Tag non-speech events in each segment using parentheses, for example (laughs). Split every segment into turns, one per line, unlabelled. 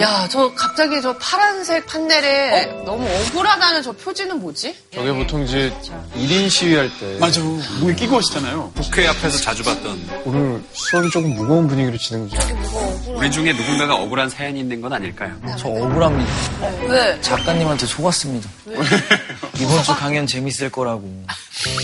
야, 저 갑자기 저 파란색 판넬에 너무 억울하다는 저 표지는 뭐지?
저게 보통 이제 1인 시위할 때
맞아. 목에 끼고 하시잖아요.
국회 앞에서 그 자주 봤던
오늘 수업이 조금 무거운 분위기로 진행되죠.
우리 중에 누군가가 억울한 사연이 있는 건 아닐까요?
저 억울합니다.
왜?
작가님한테 속았습니다. 이번 주 강연 재밌을 거라고.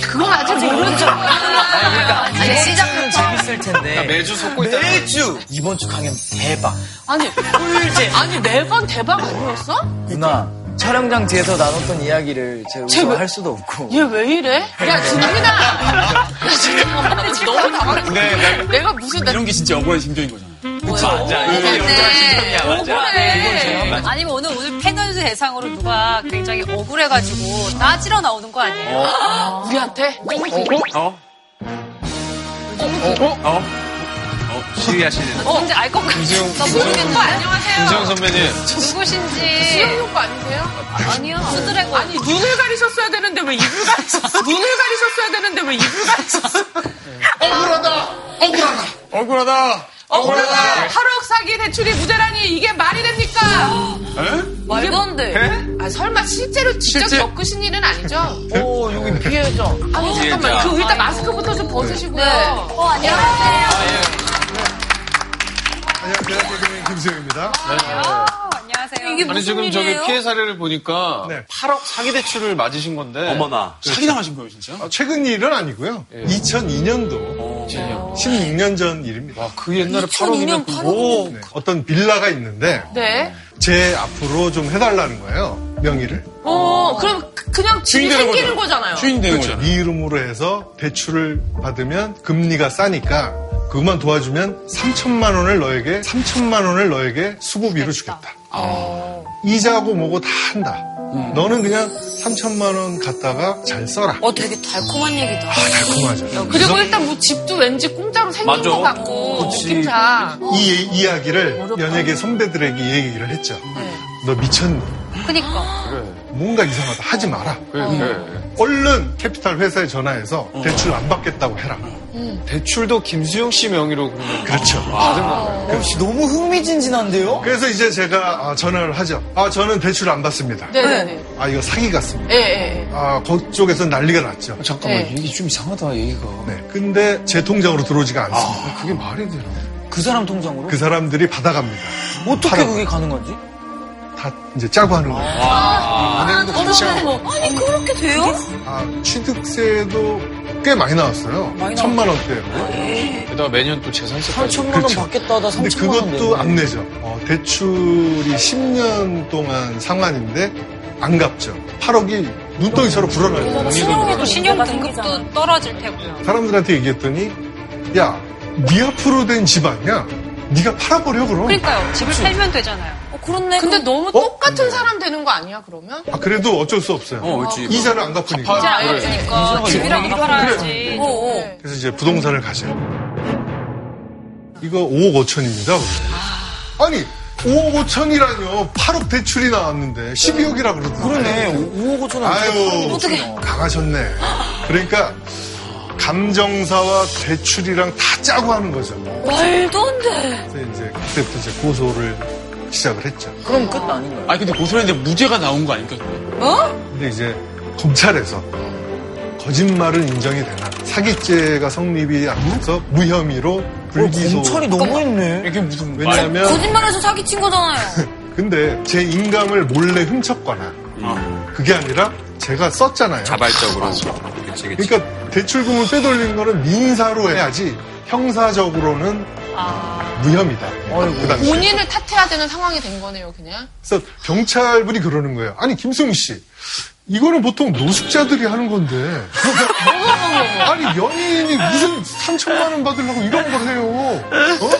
그건 아직 모르죠. 아니,
시작은 재밌을
아,
텐데.
매주 속고 있다.
매주! 이번 주 강연 대박.
아니,
꿀잼.
아니, 매번 대박 아니었어?
누나, 촬영장 뒤에서 나눴던 이야기를 제가
쟤 왜-
할 수도 없고.
얘 왜 이래? 야, 진민아! 야, 잠깐만. 나 지금 너무 당황했어. 내가 무슨, 나
이런 게 진짜 억울한 심정인 거잖아.
네. 어,
맞아.
억울해. 네. 아니면 오늘 오늘 패널 대상으로 누가 굉장히 억울해가지고 따지러 나오는 거 아니에요?
우리한테?
어? 어? 어? 어? 시위하시는.
뭔지 알 것 같아요.
어,
나 모르겠는데. 안녕하세요.
김정 선배님,
누구신지.
수영효과 아니세요?
아니요. 수드래곤. 아니,
눈을 가리셨어야 되는데 왜 입을 가리셨어? 눈을 가리셨어야 되는데 왜 입을 가리셨어?
억울하다.
억울하다! 8억 사기 대출이 무죄라니 이게 말이 됩니까?
말도 안 돼.
아, 설마 실제로 직접
실제?
겪으신 일은 아니죠? 오, 여기 비해죠. 아니,
피해자.
잠깐만. 그 일단 마스크부터 좀 벗으시고요.
어, 안녕하세요.
안녕하세요. 개그맨 김수영입니다.
네. 안녕하세요.
아니 지금 저기 피해 사례를 보니까
네.
8억 사기 대출을 맞으신 건데
어머나.
사기당하신 거예요, 진짜?
아, 최근 일은 아니고요. 2002년도,
예. 진영.
16년 전 일입니다.
와, 그 옛날에 8억이면 뭐
네. 어떤 빌라가 있는데
네.
제 앞으로 좀 해달라는 거예요. 명의를.
어, 그럼 그- 그냥 집이
주인되는
생기는
거죠.
거잖아요.
주인 되는
그렇죠. 이 이름으로 해서 대출을 받으면 금리가 싸니까 그것만 도와주면 3천만 원을 너에게 3천만 원을 너에게 수고비로 주겠다.
아.
이자고 뭐고 다 한다.
음.
너는 그냥 3천만 원 갖다가 잘 써라. 아,
어, 되게 달콤한 얘기다.
달콤하죠.
그리고 일단 뭐 집도 왠지 공짜로 생긴
맞아.
것 같고
그치.
느낌상
이 예- 이야기를 연예계 선배들에게 얘기를 했죠. 너 미쳤니?
그니까.
뭔가 이상하다. 하지 마라.
그래, 그래.
얼른 캐피탈 회사에 전화해서
어.
대출 안 받겠다고 해라.
그 대출도 김수영 씨 명의로 그러면
그렇죠.
받은 건가요?
역시 너무 흥미진진한데요?
그래서 이제 제가 아, 전화를 하죠. 아, 저는 대출 안 받습니다.
네네네.
아, 이거 사기 같습니다.
예, 예,
아, 그쪽에서 난리가
아,
났죠.
잠깐만,
네.
이게 좀 이상하다, 얘기가.
네. 근데 제 통장으로 들어오지가 않습니다.
아, 그게 말이 되나?
그 사람 통장으로?
그 사람들이 받아갑니다.
어떻게
팔아요.
그게 가는 거지?
다 이제 짜고 하는
아.
거예요.
아,
은행도 같이 하고.
아니, 그렇게 돼요?
아, 취득세도 꽤 많이 나왔어요. 천만 원대요.
게다가 매년 또 재산세까지.
8천만 원
그렇죠.
받겠다 하다
근데
3천만 원
그것도
내네.
안 내죠. 어, 대출이 10년 동안 상환인데 안 갚죠. 8억이 눈덩이처럼 불어나요.
신용도 아, 신용 등급도 떨어질 테고요.
사람들한테 얘기했더니 야, 네 앞으로 된 집 아니야? 네가 팔아버려 그럼.
그러니까요. 집을 팔면 되잖아요. 어, 그렇네.
예.
근데
근데 너무
음.
똑같은 사람 되는 거 아니야 그러면?
아, 그래도 어쩔 수 없어요. 아.
어, 옳지.
이자를 안 갚으니까.
너무 잘 알려주니까 아, 집이랑 팔아야지. 어,
네.
그래서 이제 부동산을 가죠. 이거 5억 5천입니다. 아니, 5억 5천이라뇨. 8억 대출이 나왔는데 12억이라 그러더라고요.
그러네. 5억 5천 원.
아유, 강하셨네. 그러니까 감정사와 대출이랑 다 짜고 하는 거죠.
말도 안 돼.
그래서 이제 그때부터 이제 고소를 시작을 했죠.
그럼 끝 아닌가요?
아니, 근데 고소를 했는데 무죄가 나온 거 아닙니까?
근데 이제 검찰에서 거짓말은 인정이 되나 사기죄가 성립이 안 돼서 무혐의로 불기소.
검찰이 너무 했네.
이게 무슨
왜냐하면
거짓말해서 사기친 거잖아요.
근데 제 인감을 몰래 훔쳤거나 그게 아니라 제가 썼잖아요.
자발적으로. 그치, 그치.
그러니까 대출금을 빼돌린 거는 민사로 해야지 형사적으로는 무혐의다. 그 당시에.
아. 본인을 탓해야 되는 상황이 된 거네요 그냥.
그래서 경찰분이 그러는 거예요. 아니 김승우 씨, 이거는 보통 노숙자들이 하는 건데. 아니 연예인이 무슨 3천만 원 받으려고 이런 걸 해요. 어?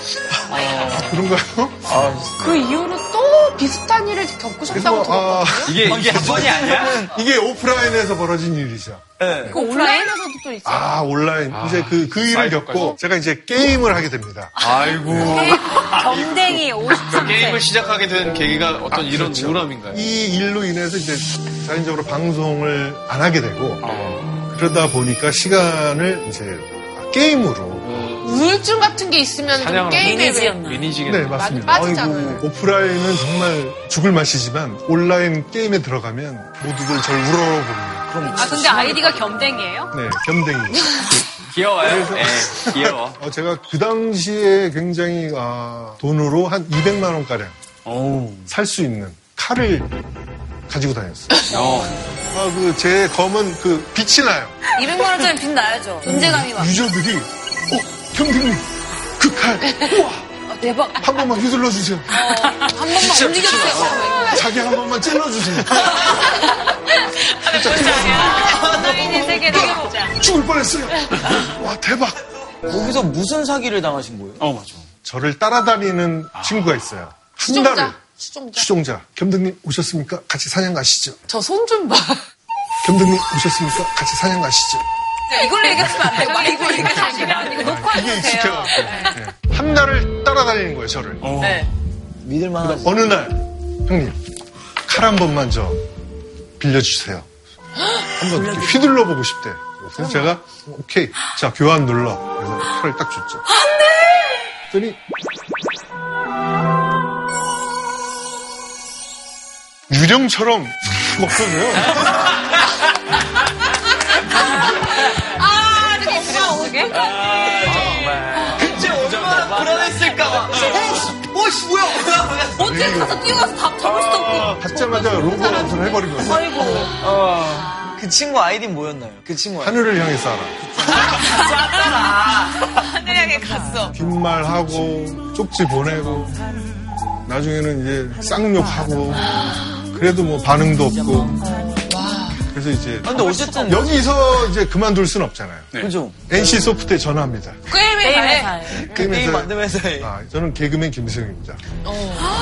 아, 그런가요?
그 이후로 또 비슷한 일을 겪으셨다고
그래서 아,
들었거든요.
이게, 이게 한 번이 아니야?
이게 오프라인에서 벌어진 일이죠.
그 온라인에서도 또 있어요.
아 온라인 이제 그, 그 일을
사이트까지.
겪고 제가 이제 게임을 하게 됩니다.
아이고.
어, 경댕이 53세.
게임을 시작하게 된 계기가 어떤 아, 그렇죠. 이런 우울함인가요?
이 일로 인해서 이제 자연적으로 방송을
음.
안 하게 되고 그러다 보니까 시간을 이제 게임으로
우울증 같은 게 있으면 좀
사냥으로
게임에 왜
미니지였나?
미니지겠네.
네, 맞습니다.
빠지잖아요.
아이고, 오프라인은 정말 죽을 맛이지만 온라인 게임에 들어가면 모두들 절 우러러봅니다.
아, 근데 아이디가 겸댕이에요?
네, 겸댕이.
귀여워요. 예, 귀여워.
어, 제가 그 당시에 굉장히 아, 돈으로 한 200만 원 가량
어우.
살 수 있는 칼을 가지고 다녔어요.
어.
아, 그 제 검은 그 빛이 나요.
200만 원짜리 빚 나야죠. 존재감이 막.
유저들이 어, 경등님 그 칼 한
어,
대박.
번만 휘둘러 주세요.
한 번만 움직여주세요.
자기 한 번만 찔러 주세요.
온라인의 세계를 해보자.
죽을 뻔했어요. 와, 대박.
거기서 무슨 사기를 당하신 거예요?
어, 맞아.
저를 따라다니는 친구가 있어요. 한 달을
수종자. 수종자.
추종자. 겸등님 오셨습니까? 같이 사냥 가시죠.
저 손 좀 봐.
겸등님 오셨습니까? 같이 사냥 가시죠.
이걸로 얘기하시면 안 돼요. 빨리 이거 이거 다시면 이거
이게
녹화해주세요.
익숙해갖고. 네. 한 달을 따라다니는 거예요, 저를.
어.
믿을만한
어느 날, 형님, 칼 한 번만 저 빌려주세요. 아, 한번 이렇게 휘둘러 보고 싶대. 그래서 제가, 오케이. 자, 교환 눌러. 그래서 칼을 딱 줬죠. 아, 안 돼! 그랬더니, 유령처럼 (laughs) 싹 없어져요.
아, 이렇게 들어 어떻게?
어,
어떻게 가서 뛰어가서 다 잡을 수도
아.
없고.
받자마자 로그아웃을 해버린 거예요.
아이고. 그 친구 아이디 뭐였나요? 그 친구 아이디.
하늘을 향해 쏴라.
하늘에게 갔어.
빈말하고 쪽지 보내고 나중에는 이제 쌍욕하고 그래도 뭐 반응도 없고 그래서 이제
아, 근데 어쨌든
여기서 이제 그만둘 순 없잖아요.
그죠?
NC 소프트에 전화합니다.
게임에
게임에
가해.
그 게임
게임에서-
만드는 회사에
아, 저는 개그맨 김수영입니다.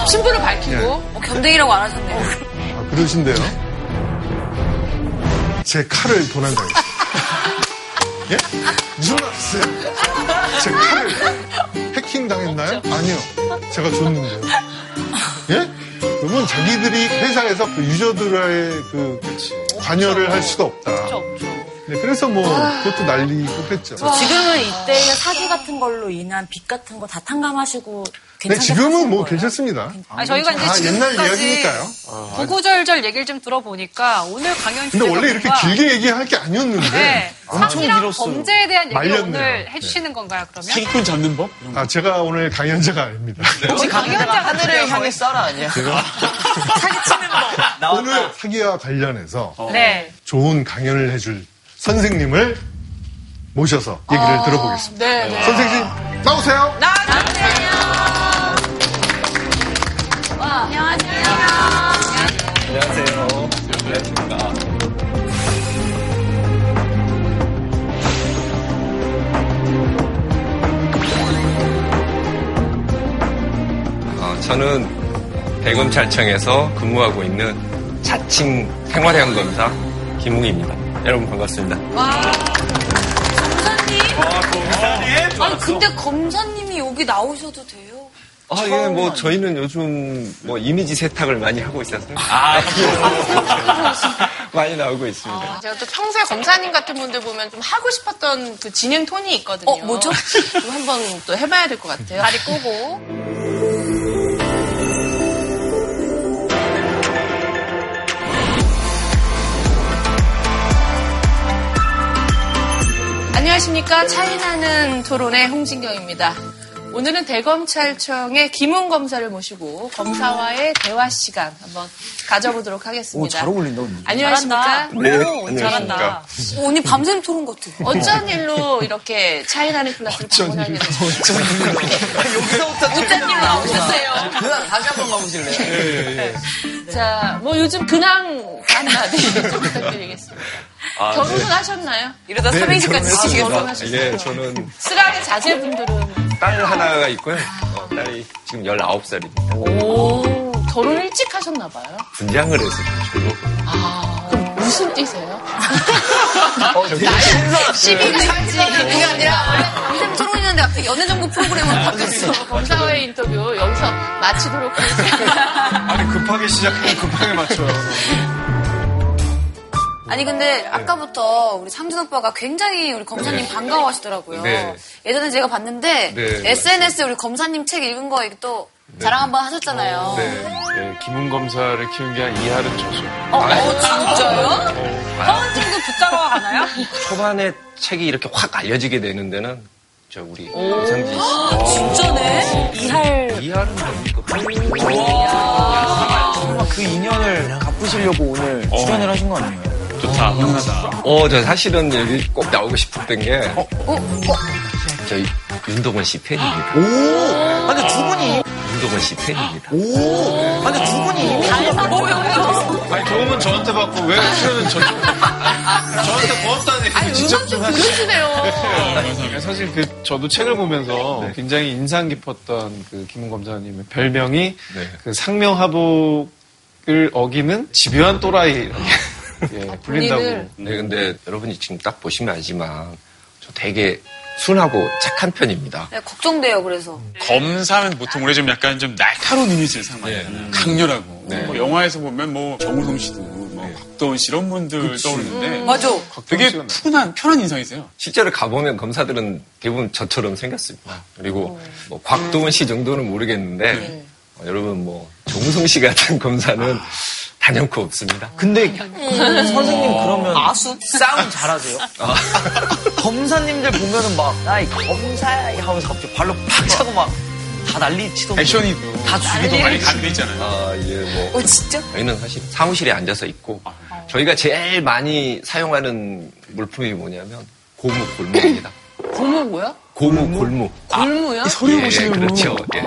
신분을 밝히고.
어, 겸댕이라고 안 하셨네요.
아, 그러신데요. 제 칼을 도난당했어요. 예? 무슨 말 하세요? 제 칼을 해킹 당했나요? 아니요. 제가 줬는데요. 예? 그러면 자기들이 회사에서 그 유저들의 그 관여를 할 수가 없다. 네, 그래서 뭐 그것도 난리고 그랬죠.
지금은 이때는 사기 같은 걸로 인한 빚 같은 거 다 탕감하시고
근데
괜찮게
지금은 뭐
하시는 거예요?
괜찮습니다.
아니, 저희가 이제
아, 옛날
지금까지
이야기니까요.
구구절절 얘기를 좀 들어보니까 오늘 강연
아. 근데 원래 이렇게
주제가 뭔가-
길게 얘기할 게 아니었는데
아. 네.
엄청
사기랑
길었어요.
범죄에 대한 얘기를
말렸네요.
오늘 해주시는 건가요, 그러면?
사기꾼 잡는 법? 이런 거.
아, 제가 오늘 강연자가 아닙니다.
혹시 강연자가
강연자가
하늘을 향해 쏴라 아니야?
오늘 사기와 관련해서
네.
좋은 강연을 해줄 선생님을 모셔서 얘기를 들어보겠습니다.
네, 네.
선생님, 나오세요!
어, 저는 대검찰청에서 근무하고 있는 자칭 생활형 검사 김웅입니다. 여러분 반갑습니다.
아니 근데 검사님이 여기 나오셔도 돼요?
어,
아, 예, 뭐 저희는 요즘 뭐 이미지 세탁을 많이 하고 있어서
아,
(laughs) 많이 나오고 있습니다.
제가 또 평소에 검사님 같은 분들 보면 좀 하고 싶었던 그 진행 톤이 있거든요.
어, 뭐죠?
좀 한번 또 해봐야 될 것 같아요.
다리 꼬고.
안녕하십니까. 차이나는 토론의 홍진경입니다. 오늘은 대검찰청의 김웅 검사를 모시고 검사와의 대화 시간 한번 가져보도록
오,
하겠습니다.
잘 어울린다, 언니.
안녕하십니까.
잘한다.
네,
오, 잘한다.
안녕하십니까.
언니 밤샘 토론 같아.
어쩐 일로 이렇게 차이나는 클래스를 방문하게 되셨어요?
여기서부터 네.
어쩐 일로 나오셨어요?
누나 다시 한번 가보실래요?
자, 뭐 요즘 근황 한마디 (laughs) 좀 부탁드리겠습니다. 결혼은 하셨나요?
이러다
네,
그러니까 3인승까지
저는-
지키겠다.
예, 저는
쓰라린 자제분들은
딸 하나가 있고요. 어, 딸이 지금 19살입니다.
오 결혼 일찍 하셨나 봐요. 아,
분장을 해서 졸고
그럼 무슨 띠세요?
그게 아니라 밤샘 토론이었는데 갑자기 연애정보 프로그램으로 바뀌었어.
검사와의 인터뷰 여기서 마치도록
아,
하겠습니다.
아니 급하게 시작하면 급하게 맞춰요.
아니 근데 아까부터 우리 상준 오빠가 굉장히 우리 검사님 반가워하시더라고요.
네.
예전에 제가 봤는데
네,
SNS 에 우리 검사님 책 읽은 거 이렇게 또 자랑 한번
어.
하셨잖아요.
네, 기문 검사를 키운 게 한 이하른 저수.
어, 어, 진짜요? 허언증도 붙잡아 가나요?
초반에 책이 이렇게 확 알려지게 되는 데는 저 우리 이상진 씨.
진짜네.
이할
이하는
설마 그 인연을 갚으시려고 오늘 출연을 하신 거 아니에요?
좋다, 훌륭하다.
어, 저 사실은 여기 꼭 나오고 싶었던 게. 저희 윤동원 씨 팬입니다.
아, 근데 두 분이,
윤동원 씨 팬입니다.
아, 근데 두 분이 이미
아니, 도움은 저한테 받고 왜 출연은 저쪽. (laughs) 저한테 고맙다는 얘기 진짜 좀 하시
그러시네요.
네, 사실 그 저도 책을 보면서 굉장히 인상 깊었던 그 김은 검사님의 별명이 그 상명하복을 어기는 집요한 또라이 예, 불린다고.
본인을.
네, 근데 여러분이 지금 딱 보시면 알지만 저 되게 순하고 착한 편입니다.
네, 걱정돼요. 그래서
검사는 보통 원래 좀 약간 좀 날카로운 이미지를 상하잖아요. 강렬하고. 뭐 영화에서 보면 뭐 정우성 씨도, 뭐 곽도원 씨 이런 분들 떠오르는데
맞아.
되게 푸근한, 편한 인상이세요.
실제로 가보면 검사들은 대부분 저처럼 생겼습니다. 그리고 뭐 곽도원 씨 정도는 모르겠는데 어, 여러분 뭐 정우성 씨 같은 검사는 단연코 없습니다.
근데 선생님 그러면 싸움 잘하세요? (laughs) 검사님들 보면은 막 나 이 검사야 이 하면서 갑자기 발로 팍 차고 막 다 난리치던
액션이도
다 죽이던
많이 가는 있잖아요.
아, 예, 뭐
어, 진짜?
저희는 사실 사무실에 앉아서 있고 저희가 제일 많이 사용하는 물품이 뭐냐면 고무 골무입니다.
고모 뭐야?
고무 골무.
골무야?
예, 그렇죠. 예.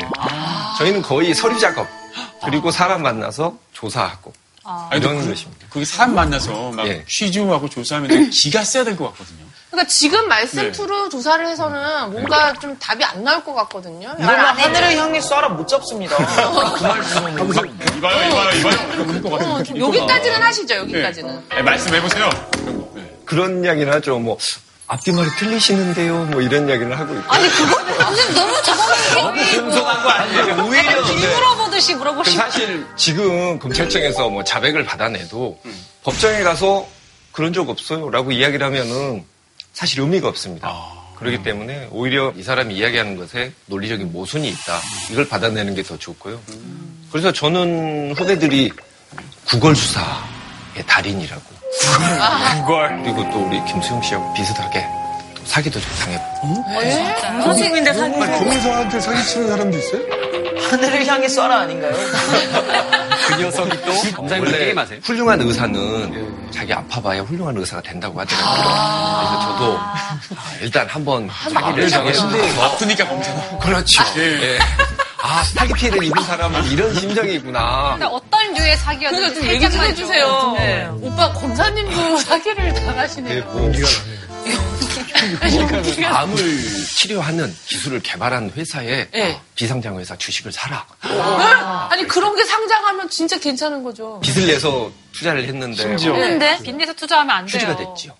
저희는 거의 서류 작업 그리고 사람 만나서 조사하고
아니,
이런
그,
것입니다.
그게 사람 만나서 막
예.
취조하고 조사하면 되게 기가 세야 될 것 같거든요.
그러니까 지금 말씀
네.
투로 조사를 해서는 뭔가 좀 답이 안 나올 것 같거든요.
그러면 하늘을 향해 쏴라 못 잡습니다.
이봐요, 이봐요, 이봐요. 그럴 것 같아요.
어, 좀 여기까지는 하시죠, 여기까지는.
네. 아니, 말씀해보세요.
그런 이야기를 하죠. 뭐 앞뒤 말이 틀리시는데요. 뭐 이런 이야기를 하고 있고.
아니 그거는 완전 너무 자본주의.
겸손한 거 아니에요. 오히려 네.
물어보듯이
그
물어보시고.
사실 지금 검찰청에서 뭐 자백을 받아내도 법정에 가서 그런 적 없어요라고 이야기를 하면은 사실 의미가 없습니다. 그렇기 때문에 오히려 이 사람이 이야기하는 것에 논리적인 모순이 있다. 이걸 받아내는 게 더 좋고요. 그래서 저는 후배들이 구걸 수사의 달인이라고. 구걸. 그리고 또 우리 김수영 씨하고 비슷하게 또 사기도 좀 당해봤고.
선생님인데 사기
검사한테 사기치는 사람도 있어요?
하늘을 향해 쏴라 아닌가요?
그 녀석이 또
검사님들 게임하세요?
훌륭한 의사는 자기 아파봐야 훌륭한 의사가 된다고 하더라고요. 그래서 저도 아, 일단 한번 사기를
뭐
당했는데
아프니까 검사나.
그렇죠. 예. 아 사기 피해를 입은 사람은 이런 심정이구나.
어떤 류의
그러니까
사기였는지
좀 얘기 좀
살짝만
해주세요. 네. 오빠 검사님도 (laughs) 사기를
네,
당하시네요.
공기가 나네요.
암을 치료하는 기술을 개발한 회사에 아,
네.
비상장 회사 주식을 사라.
어? 아니, 그런 게 상장하면 진짜 괜찮은 거죠.
빚을 내서 투자를 했는데
심지어.
근데 빚내서 투자하면 안 돼요.
휴지가 됐지요.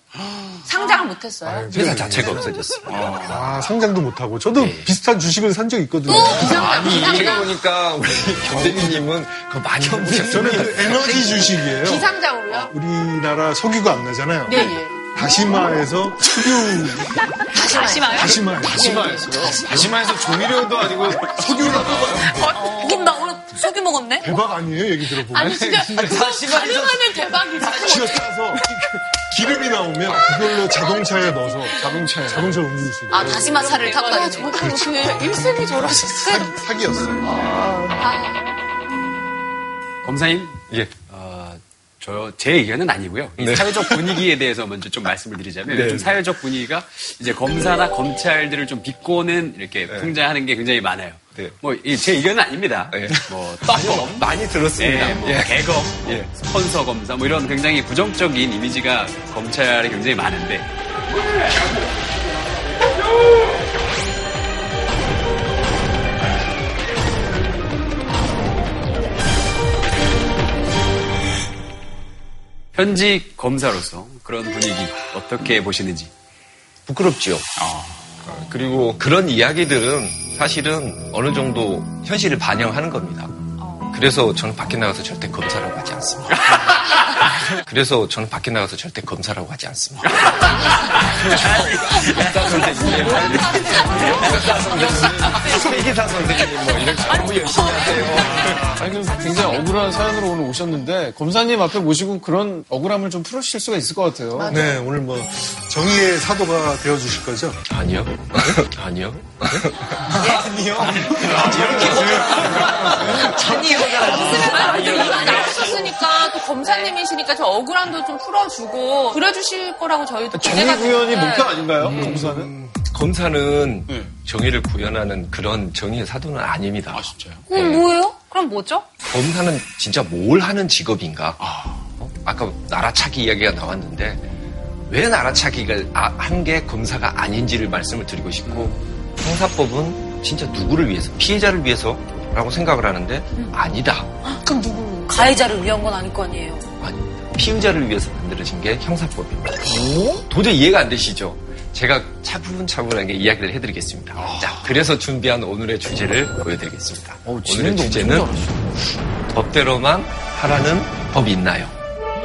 상장을 못했어요.
회사 자체가 없어졌어요.
아, 상장도 못하고. 저도 비슷한 주식을 산 적 있거든요.
어. 아니 제가 보니까 우리 경대리님은 그거 많이 보셨어요.
저는 그 에너지 주식이에요.
비상장으로요?
우리나라 석유가 안 나잖아요.
네, 예.
다시마에서 석유,
다시 말요
다시마.
다시마에서요? 다시마에서 조미료도 아니고 석유를
그럼 나 오늘 속이 먹었네?
대박 아니에요? 얘기 들어보면.
아니, 진짜.
다시마에서
가능하면 대박이지.
쥐어 싸서 기름이 나오면 그걸로 자동차에 넣어서 자동차에 자동차를 움직일 수 있는
아, 다시마 차를 타고
아,
다니네.
저도 그 일생이 저러셨어요.
사기, 였어요
검사님,
예.
어, 저, 제 의견은 아니고요.
네.
이 사회적 분위기에 대해서 먼저 좀 말씀을 드리자면, 요즘 사회적 분위기가 이제 검사나 검찰들을 좀 비꼬는 이렇게 풍자하는 게 굉장히 많아요.
네.
뭐, 이- 제 의견은 아닙니다.
네.
뭐, 떡검,
많이 들었습니다.
예, 뭐 개검, 뭐
예.
스폰서 검사, 뭐 이런 굉장히 부정적인 이미지가 검찰에 굉장히 많은데, 현직 검사로서 그런 분위기 어떻게 보시는지.
부끄럽지요. 어, 그리고 그런 이야기들은 사실은 어느 정도 현실을 반영하는 겁니다. 그래서 저는 밖에 나가서 절대 검사라고 하지 않습니다. 그래서 저는 밖에 나가서 절대 검사라고 하지 않습니다. 세기사 선생님 뭐 이렇게 너무 열심히 하세요.
아니, 그럼 굉장히 억울한 사연으로 오늘 오셨는데, 검사님 앞에 모시고 그런 억울함을 좀 풀어주실 수가 있을 것 같아요.
네, 오늘 뭐 정의의 사도가 되어주실 거죠?
아니요. 아니요.
이미 나오셨으니까 또 검사님이시니까 저 억울함도 좀 풀어주고 그려주실 거라고 저희도 기대가 네.
정의구현이
되는데.
목표 아닌가요? 검사는?
검사는
네.
정의를 구현하는 그런 정의의 사도는 아닙니다.
아, 진짜요?
그럼 뭐예요? 그럼 뭐죠?
검사는 진짜 뭘 하는 직업인가? 어? 아까 나라차기 이야기가 나왔는데 왜 나라차기가 아, 한 게 검사가 아닌지를 말씀을 드리고 싶고 형사법은 진짜 누구를 위해서 피해자를 위해서라고 생각을 하는데 아니다.
그럼 누구? 가해자를 위한 건 아닐 거 아니에요.
아닙니다. 피의자를 위해서 만들어진 게 형사법입니다. 도저히 이해가 안 되시죠? 제가 차분차분하게 이야기를 해드리겠습니다.
아.
자, 그래서 준비한 오늘의 주제를 보여드리겠습니다. 오늘의 주제는 법대로만 하라는 법이 있나요?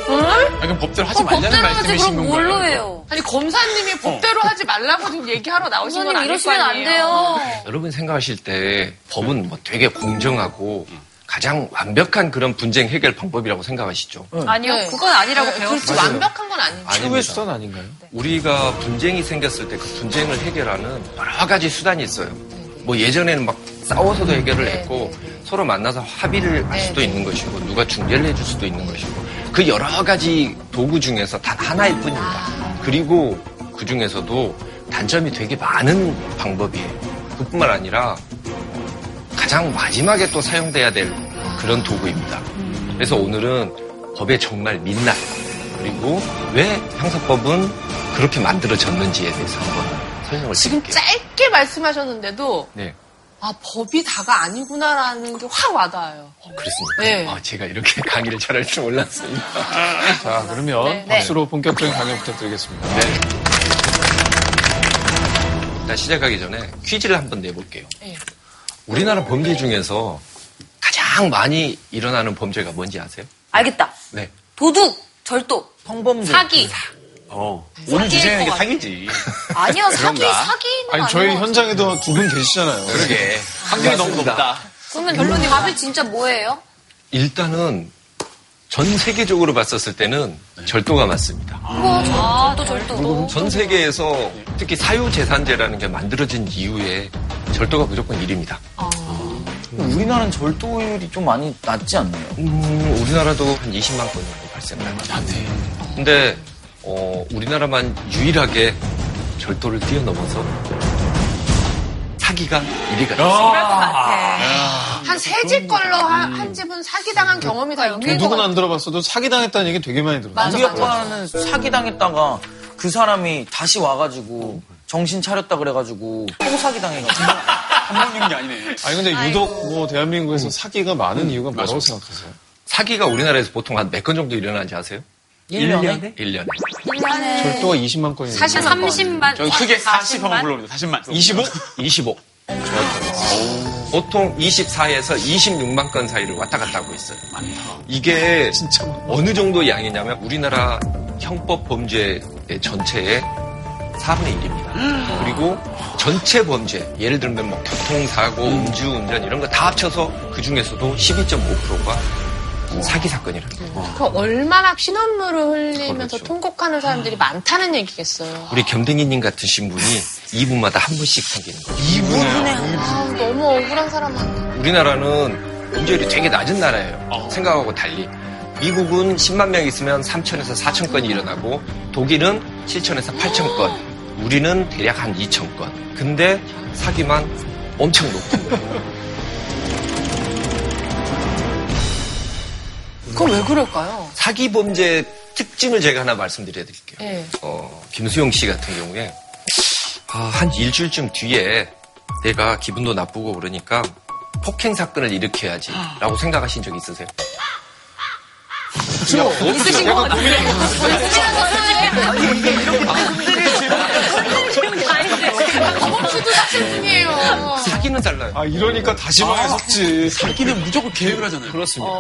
아, 그럼 법대로 하지
그럼
말라는
어, 법대로 하지
말씀이신 건가요?
그럼 뭘로 해요?
아니 검사님이 법대로 하지 말라고 지금 얘기하러 나오신
선생님
건 아닐 거
어. 이러시면
아니에요.
안 돼요. 어.
여러분 생각하실 때 법은 뭐 되게 공정하고
음.
가장 완벽한 그런 분쟁 해결 방법이라고 생각하시죠?
아니요,
네.
그건 아니라고 배웠어요.
그렇지 완벽한 건 아니에요.
아닙니다.
최고의 수단 아닌가요?
우리가 분쟁이 생겼을 때 그 분쟁을 해결하는 여러 가지 수단이 있어요. 뭐 예전에는 막 싸워서도 해결을 했고 서로 만나서 합의를 할 수도 있는 것이고 누가 중재를 해줄 수도 있는 것이고 그 여러 가지 도구 중에서 단 하나일 뿐입니다. 그리고 그 중에서도 단점이 되게 많은 방법이에요. 그뿐만 아니라 가장 마지막에 또 사용돼야 될 그런 도구입니다. 그래서 오늘은 법의 정말 민낯 그리고 왜 형사법은 그렇게 만들어졌는지에 대해서 한번 설명을
지금
드릴게요.
짧게 말씀하셨는데도
네,
아 법이 다가 아니구나라는 게 확 와닿아요.
어, 그렇습니다.
네.
아, 제가 이렇게 (laughs) 강의를 잘할 줄 몰랐습니다.
자, 그러면
네. 어,
박수로 본격적인 강연 부탁드리겠습니다.
일단 시작하기 전에 퀴즈를 한번 내볼게요.
네.
우리나라 범죄 중에서 가장 많이 일어나는 범죄가 뭔지 아세요?
알겠다.
네.
도둑, 절도,
성범죄.
사기.
어. 오늘 주제는 이게
네.
사기지.
아니요, 사기,
그런가?
사기는
아니,
아니고.
저희 현장에도 두 분 계시잖아요.
그러게.
확률이 너무 높다.
그러면 결론이 답이 진짜 뭐예요?
일단은 전 세계적으로 봤었을 때는 절도가 맞습니다.
아, 또 절도도.
전 세계에서 특히 사유재산제라는 게 만들어진 이후에 절도가 무조건 1위입니다.
우리나라는 절도율이 좀 많이 낮지 않나요?
음, 우리나라도 한 20만 건 정도 발생을 합니다. 근데 어, 우리나라만 유일하게 절도를 뛰어넘어서 사기가 1위가 됐습니다.
아, 네,
한 세 집 걸로 한, 한 집은 사기당한 경험이 다 있는 거
누군
같아요.
안 들어봤어도 사기당했다는 얘기 되게 많이 들어요.
맞아
우리
맞아.
아빠는 사기당했다가 그 사람이 다시 와가지고 정신 차렸다 그래가지고 또 사기당해가지고.
한번 있는 게 아니네.
아니, 근데 유독 뭐 대한민국에서 사기가 많은 이유가 뭐라고 생각하세요?
사기가 우리나라에서 보통 한 몇 건 정도 일어나는지 아세요?
1년에?
1년에.
절도가 20만 건이
사실 30만.
저는 크게 40하고 불러봅니다. 40만.
25? 25. 보통 24에서 26만 건 사이를 왔다 갔다 하고 있어요. 이게 진짜 어느 정도 양이냐면 우리나라 형법 범죄 전체의 4분의 1입니다. 그리고 전체 범죄, 예를 들면 뭐 교통사고, 음주운전 이런 거 다 합쳐서 그 중에서도 12.5%가 사기 사건이라는 거예요.
그 얼마나 피눈물을 흘리면서
그렇죠.
통곡하는
아.
사람들이 많다는 얘기겠어요.
우리 겸댕이님 같은 신분이 2분마다 한 분씩 생기는 거예요.
아, 너무 억울한 사람 많네.
우리나라는 범죄율이 되게 낮은 나라예요. 생각하고 달리. 미국은 10만 명 있으면 3천에서 4천 건이 일어나고 독일은 7천에서 8천 건. 우리는 대략 한 2천 건. 근데 사기만 엄청 높은 거예요.
그건 왜 그럴까요?
사기 범죄 특징을 제가 하나 말씀드려 드릴게요.
예.
어, 김수용 씨 같은 경우에 아, 한 일주일쯤 뒤에 내가 기분도 나쁘고 그러니까 폭행 사건을 일으켜야지라고 생각하신 적 있으세요?
있으신 것 같아요. 있으시는 거는
저도 사실 분이에요.
사기는 달라요.
아, 이러니까 다시 말했었지.
사기는 무조건 계획을 하잖아요.
그렇습니다.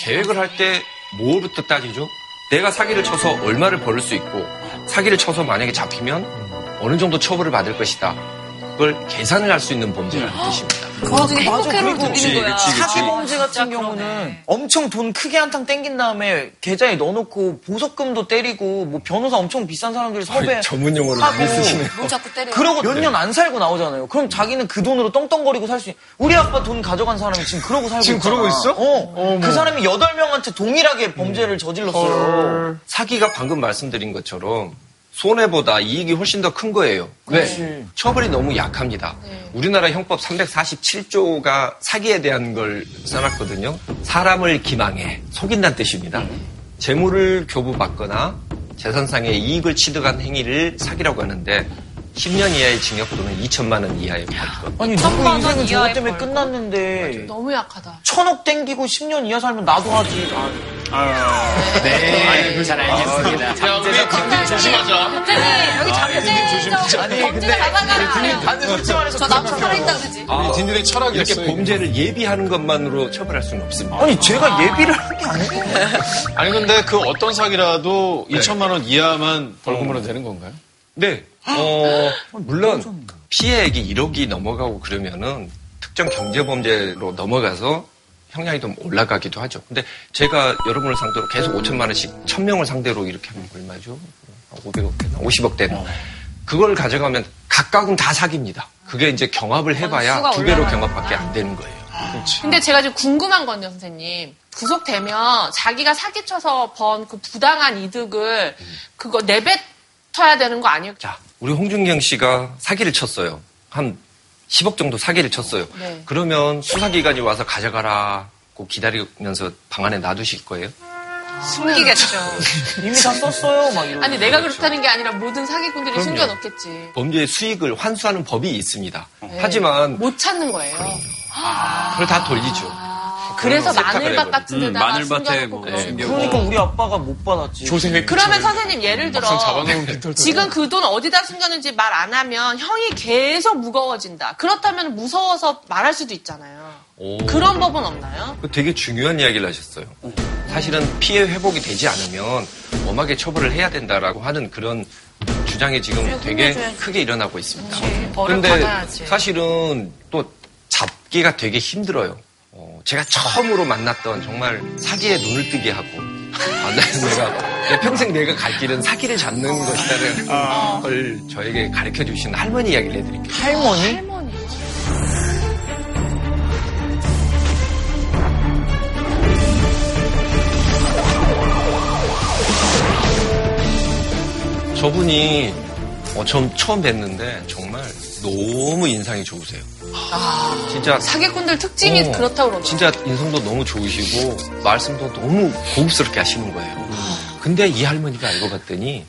계획을 할 때 뭐부터 따지죠? 내가 사기를 쳐서 얼마를 벌을 수 있고 사기를 쳐서 만약에 잡히면 어느 정도 처벌을 받을 것이다. 그걸 계산을 할 수 있는 범죄라는 뜻입니다.
그거 중에 행복회로를 누리는 거야.
사기 범죄 같은 경우는 엄청 돈 크게 한탕 땡긴 다음에 계좌에 넣어놓고 보석금도 때리고 뭐 변호사 엄청 비싼 사람들 섭외
전문 용어를 많이
하고
쓰시네요.
뭘뭐 자꾸 때려.
그러고 몇 년 안 살고 나오잖아요. 그럼 자기는 그 돈으로 떵떵거리고 살 수 있. 우리 아빠 돈 가져간 사람이 지금 그러고 살고
지금
있잖아.
그러고 있어?
어.
어머.
그 사람이 여덟 명한테 동일하게 범죄를 저질렀어요.
사기가 방금 말씀드린 것처럼 손해보다 이익이 훨씬 더 큰 거예요. 왜?
네.
처벌이 너무 약합니다. 우리나라 형법 347조가 사기에 대한 걸 써놨거든요. 사람을 기망해 속인다는 뜻입니다.
네.
재물을 교부받거나 재산상의 이익을 취득한 행위를 사기라고 하는데 10년 이하의 징역 또는 2천만 원 이하의 벌금.
아니 누구
천만 원
인생은 저것
이하의
때문에
벌금?
끝났는데
너무 약하다.
천억 땡기고 10년 이하 살면 나도 하지.
아, 예.
네, 잘 알겠습니다.
우리 조심하자.
선생님, 여기 잠재적 범죄가 나가잖아요.
아니 솔직히 말해서
저 남편 살아있다 그러지.
진들의
이렇게
철학이었어요. 이게.
범죄를 예비하는 것만으로 처벌할 수는 없습니다.
아니 제가 예비를 한 게 아니고
아니 근데 그 어떤 사기라도 2천만 원 이하만 벌금으로 되는 건가요?
네. 어, 물론 피해액이 1억이 넘어가고 그러면은 특정 경제범죄로 넘어가서 형량이 좀 올라가기도 하죠. 근데 제가 여러분을 상대로 계속 5천만 원씩 1000명을 상대로 이렇게 하면 얼마죠? 500억 되나? 50억 되나? 그걸 가져가면 각각은 다 사기입니다. 그게 이제 경합을 해봐야
아, 수가
두 배로
올라가는구나.
경합밖에 안 되는 거예요.
근데 제가 지금 궁금한 건요, 선생님. 구속되면 자기가 사기쳐서 번 그 부당한 이득을 그거 내뱉어야 되는 거 아니에요?
자, 우리 홍준경 씨가 사기를 쳤어요. 한 10억 정도 사기를 쳤어요.
네.
그러면 수사기관이 와서 가져가라고 기다리면서 방 안에 놔두실 거예요?
숨기겠죠.
이미 다 썼어요 막 이러고.
아니, 내가 그렇다는 게 아니라 모든 사기꾼들이 숨겨놓겠지.
범죄의 수익을 환수하는 법이 있습니다.
네.
하지만
못 찾는 거예요.
그걸 다 돌리죠.
아. 그래서
세탁을
마늘밭
해버리죠.
같은 데다가
음, 마늘밭에
숨겨놓고
뭐
그러는 거예요.
숨겨놓고.
그러니까 우리 아빠가 못 받았지.
조세회
그러면 선생님 예를 들어
잡아놓은 빈털
지금 그 돈 어디다 숨겼는지 말 안 하면 형이 계속 무거워진다. 그렇다면 무서워서 말할 수도 있잖아요.
오.
그런 법은 없나요?
그거 되게 중요한 이야기를 하셨어요. 사실은 피해 회복이 되지 않으면 엄하게 처벌을 해야 된다라고 하는 그런 주장이 지금 되게 크게 일어나고 있습니다.
벌을
근데
받아야지.
사실은 또 잡기가 되게 힘들어요. 어, 제가 처음으로 만났던 정말 사기에 눈을 뜨게 하고 (laughs) 아, 나는 내가 내 평생 내가 갈 길은 사기를 잡는 것이라는
아.
걸 저에게 가르쳐 주신 할머니 이야기를 해드릴게요.
할머니?
저분이 어, 처음, 처음 뵀는데 정말 너무 인상이 좋으세요. 진짜
사기꾼들 특징이
어,
그렇다고 그러죠.
진짜 인성도 너무 좋으시고 말씀도 너무 고급스럽게 하시는 거예요. 근데 이 할머니가 알고 봤더니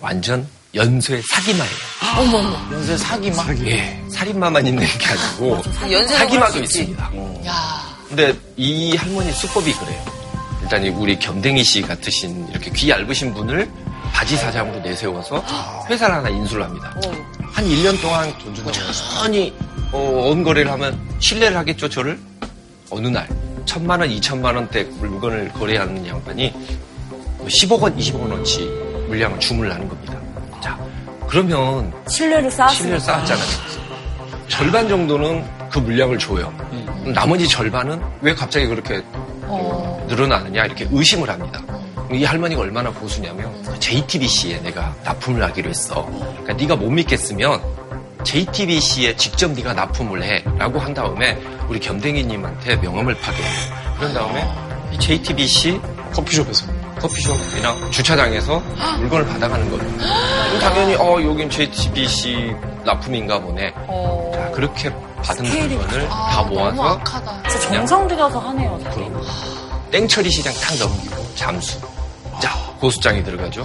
완전 연쇄 사기마예요.
연쇄 사기만.
예, 살인마만 있는 게
어,
아니고
연쇄적으로 할수
사기마도
있지.
있습니다. 어. 근데 이 할머니 수법이 그래요. 일단 이 우리 겸댕이 씨 같으신 이렇게 귀 얇으신 분을 바지 사장으로 내세워서
아.
회사를 하나 인수를 합니다. 한 1년 동안 꾸준히 어, 언거래를 하면 신뢰를 하겠죠, 저를? 어느 날 천만 원, 이천만 원대 물건을 거래하는 양반이 10억 원, 20억 원어치 물량을 주문을 하는 겁니다. 자, 그러면
신뢰를 쌓았으니까.
신뢰를 쌓았잖아요. 절반 정도는 그 물량을 줘요. 그럼 나머지 절반은 왜 갑자기 그렇게 늘어나느냐 이렇게 의심을 합니다. 이 할머니가 얼마나 보수냐면 JTBC에 내가 납품을 하기로 했어. 그러니까 네가 못 믿겠으면 JTBC에 직접 네가 납품을 해라고 한 다음에 우리 겸댕이님한테 명함을 파괴해요. 그런 다음에 이 JTBC
커피숍에서.
커피숍이나 주차장에서 물건을 받아가는 거예요. 그럼 당연히 어 여긴 JTBC 납품인가 보네. 자 그렇게 받은 물건을 다
너무
모아서
악하다.
진짜 정성 들여서 하네요.
땡처리 시장 딱 넘기고 잠수. 자 고수장이 들어가죠.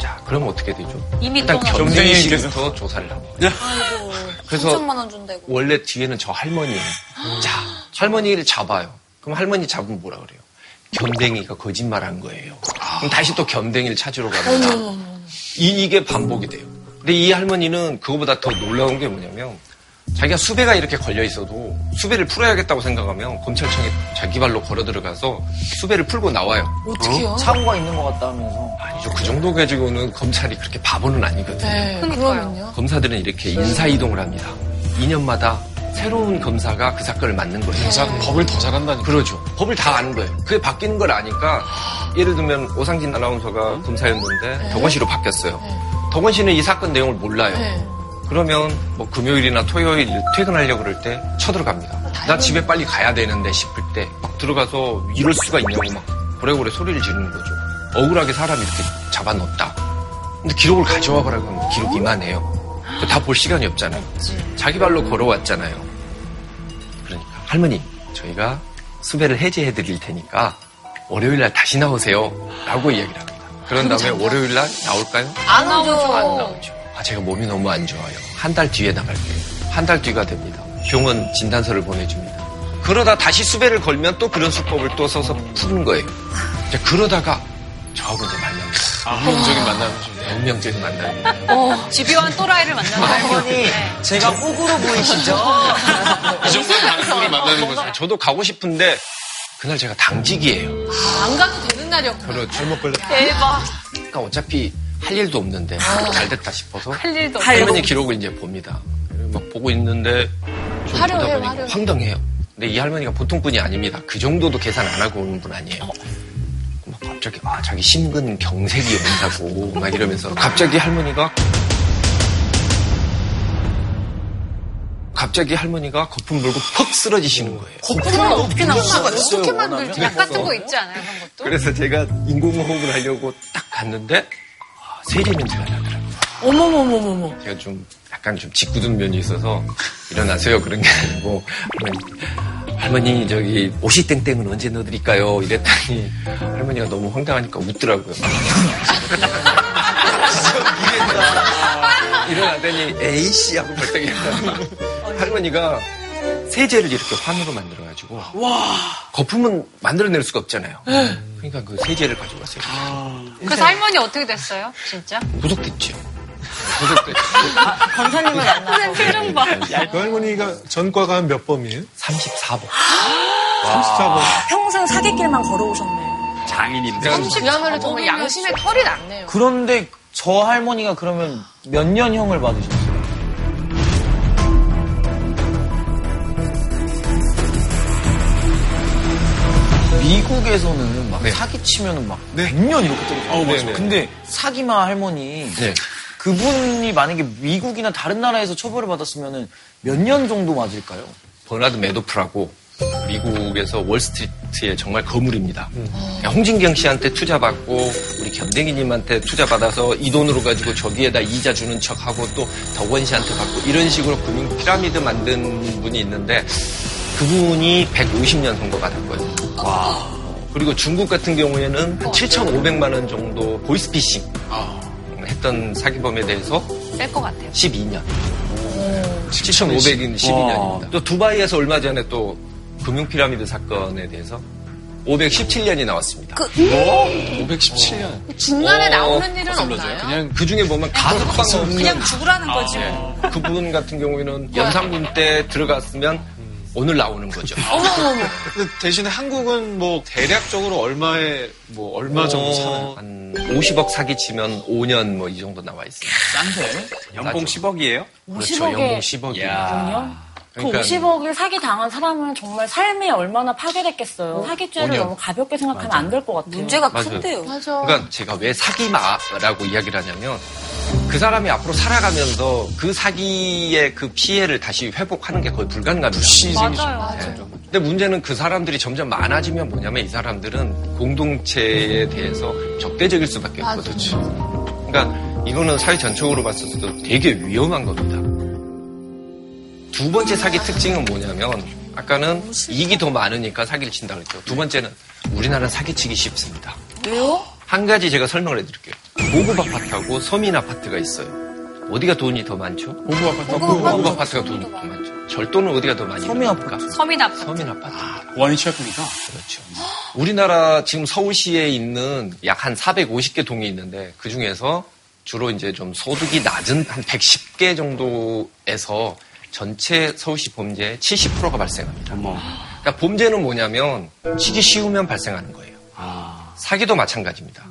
자 그럼 어떻게 되죠?
이미
일단
또
경쟁이
경쟁이
씨부터 조사를 하고. 그래서
3천만 원 준다고.
원래 뒤에는 저 할머니예요. 자 할머니를 잡아요. 그럼 할머니 잡으면 뭐라 그래요? 겸댕이가 거짓말한 거예요. 그럼 다시 또 겸댕이를 찾으러 갑니다. 이, 이게 반복이 돼요. 근데 이 할머니는 그거보다 더 놀라운 게 뭐냐면 자기가 수배가 이렇게 걸려 있어도 수배를 풀어야겠다고 생각하면 검찰청에 자기 발로 걸어 들어가서 수배를 풀고 나와요.
어떻게요?
사고가 있는 것 같다 하면서.
아니죠. 그 정도 가지고는 검찰이 그렇게 바보는 아니거든요.
네, 그러면요.
검사들은 이렇게 인사 이동을 합니다. 2년마다 새로운 검사가 그 사건을 맡는 거예요.
검사가 법을 더 잘한다니까.
그러죠. 법을 다 아는 거예요. 그게 바뀌는 걸 아니까 예를 들면 오상진 아나운서가 검사였는데 덕원 씨로 바뀌었어요. 덕원 씨는 이 사건 내용을 몰라요.
네.
그러면 뭐 금요일이나 토요일 퇴근하려고 그럴 때 쳐들어갑니다. 나 집에 빨리 가야 되는데 싶을 때 막 들어가서 이럴 수가 있냐고 막 고래고래 소리를 지르는 거죠. 억울하게 사람 이렇게 잡아넣었다. 근데 기록을 가져와 보라 그러면 기록 이만해요. 다 볼 시간이 없잖아요. 자기 발로 걸어왔잖아요. 그러니까 할머니 저희가 수배를 해제해 드릴 테니까 월요일 날 다시 나오세요. 라고 이야기를 합니다. 그런 다음에 월요일 날 나올까요?
안
안
나오죠.
나오죠. 아, 제가 몸이 너무 안 좋아요. 한 달 뒤에 나갈게요. 한 달 뒤가 됩니다. 병원 진단서를 보내줍니다. 그러다 다시 수배를 걸면 또 그런 수법을 또 써서 푸는 거예요. 이제 그러다가 저하고 이제 만나는 거예요.
아, 운명적인 만남이죠.
운명적인 만남이.
집요한 또라이를 만나는 거.
할머니, (laughs) 제가 호구로 보이시죠?
이 정도의 방송을 만나는 거죠.
아, 저도 가고 싶은데 그날 제가 당직이에요.
아, 안 가도 되는 날이었구나.
그렇죠.
대박.
그러니까 어차피 할 일도 없는데
아.
잘 됐다 싶어서
할 일도 없고.
할머니 기록을 이제 봅니다. 막 보고 있는데 좀 보다 보니까 황당해요. 근데 이 할머니가 보통 분이 아닙니다. 그 정도도 계산 안 하고 오는 분 아니에요.
어.
막 갑자기 아 자기 심근 경색이 온다고 (laughs) 막 이러면서 갑자기 할머니가 갑자기 할머니가 거품 물고 퍽 쓰러지시는 거예요.
거품을 어떻게 나올 수가
있어요,
어떻게
원하면?
만들지?
약 같은 거 있지 않아요? 그런 것도?
그래서 제가 인공호흡을 하려고 딱 갔는데 아, 세제 냄새가 나더라고요.
어머머머머머.
제가 좀 약간 좀 짓궂은 면이 있어서 일어나세요 그런 게 아니고 할머니, 할머니 저기 옷이 땡땡은 언제 넣어드릴까요? 이랬더니 할머니가 너무 황당하니까 웃더라고요. (laughs) 일어나더니 에이씨 하고 벌떡 일어나 할머니가 세제를 이렇게 환으로 만들어가지고 거품은 만들어낼 수가 없잖아요. 그러니까 그 세제를 가지고 왔어요.
그래서 할머니 어떻게 됐어요? 진짜?
구속됐죠. 구속됐죠.
검사님은 안 나와.
표정 봐.
그 할머니가 전과가 한 몇 범이에요?
34번.
34범.
평생 사기길만 걸어오셨네요.
장인인데.
그야말로 정말 어, 양심의 털이 났네요.
그런데 저 할머니가 그러면 몇 년형을 받으셨어요? 미국에서는 막 사기치면은 막
네.
100년 이렇게 떨어져요.
어, 맞아요.
근데 사기마 할머니
네.
그분이 만약에 미국이나 다른 나라에서 처벌을 받았으면은 몇 년 정도 맞을까요?
버나드 매도프라고 미국에서 월스트리트의 정말 거물입니다. 그냥 홍진경 씨한테 투자받고 우리 견댕이님한테 투자받아서 이 돈으로 가지고 저기에다 이자 주는 척하고 또 덕원 씨한테 받고 이런 식으로 금융 피라미드 만든 분이 있는데 그분이 150년 선고가 났거든요. 그리고 중국 같은 경우에는 7,500만 원 정도 보이스피싱 했던 사기범에 대해서
셀 것 같아요.
12년. 7,500인 12년입니다. 또 두바이에서 얼마 전에 또 금융 피라미드 사건에 대해서 517년이 나왔습니다. 그,
517년.
중간에 나오는 일은 없나요?
그냥
중에 보면 가석방 없는 아, 예.
그냥 죽으라는 음. 거지. 뭐.
그분 같은 경우에는 연상군 때 들어갔으면 오늘 나오는
음.
거죠.
어.
근데 대신에 한국은 뭐 대략적으로 얼마에 뭐 얼마 정도
어,
사나요?
한 50억 사기 치면 5년 뭐 이 정도 나와 있어요.
싼데? 연봉 10억이에요?
그렇죠.
50억에
연봉 10억이에요.
그
그러니까
50억을 사기 당한 사람은 정말 삶이 얼마나 파괴됐겠어요. 사기죄를
오년.
너무 가볍게 생각하면 안 될 것 같아요.
문제가
맞아요.
큰데요.
맞아.
그러니까 제가 왜 사기마라고 이야기를 하냐면 그 사람이 앞으로 살아가면서 그 사기의 그 피해를 다시 회복하는 게 거의 불가능합니다.
맞아요.
네. 근데 문제는 그 사람들이 점점 많아지면 뭐냐면 이 사람들은 공동체에 대해서 적대적일 수밖에 없거든요. 그러니까 이거는 사회 전체적으로 봤을 때도 되게 위험한 겁니다. 두 번째 사기 특징은 뭐냐면 아까는 이익이 더 많으니까 사기를 친다 그랬죠. 두 번째는 우리나라는 사기치기 쉽습니다.
왜요?
한 가지 제가 설명을 해드릴게요. 고급 아파트하고 서민 아파트가 있요 어디가 돈이 더 많죠?
고급 아파트.
고급, 아파트가 돈이 더 많죠. 절도는 어디가 더 많이
서민
일어납니까?
섬이 나빠.
서민 아파트.
보안이 취약하니까.
그렇죠. 우리나라 지금 서울시에 있는 약 한 450개 동이 있는데 그 중에서 주로 이제 좀 소득이 낮은 한 110개 정도에서 전체 서울시 범죄의 70%가 발생합니다.
뭐.
어머.
그러니까 범죄는 뭐냐면 치기 쉬우면 발생하는 거예요.
아.
사기도 마찬가지입니다.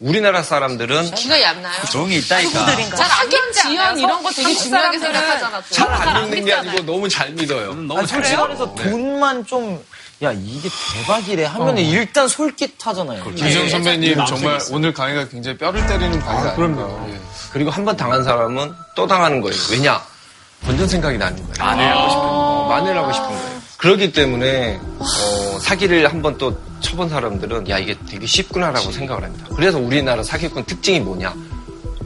우리나라 사람들은
기가 얇나요?
조용히 있다니까.
잘 사기 지연 이런 거 되게
한국
중요하게
사람들은
생각하잖아. 또.
참 안 믿는 게 아니고 너무 잘 믿어요.
음,
아니,
너무 잘
솔직히
치고.
말해서 돈만 좀, 야, 이게 대박이래 하면 일단 솔깃하잖아요.
김정 선배님 정말 오늘 강의가 굉장히 뼈를 때리는 강의가 아, 그럼요.
그리고 한 번 당한 사람은 또 당하는 거예요. 왜냐? 번전 생각이 나는 거예요.
안해요.
어, 만회를 하고 싶은 거예요. 그렇기 때문에 어, 사기를 한 번 또 쳐본 사람들은 야 이게 되게 쉽구나라고 생각을 합니다. 그래서 우리나라 사기꾼 특징이 뭐냐?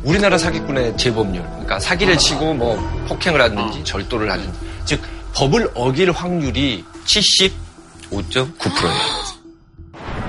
우리나라 사기꾼의 재범률, 그러니까 사기를 치고 뭐 폭행을 하든지 절도를 하든지, 즉 법을 어길 확률이 75.9%예요.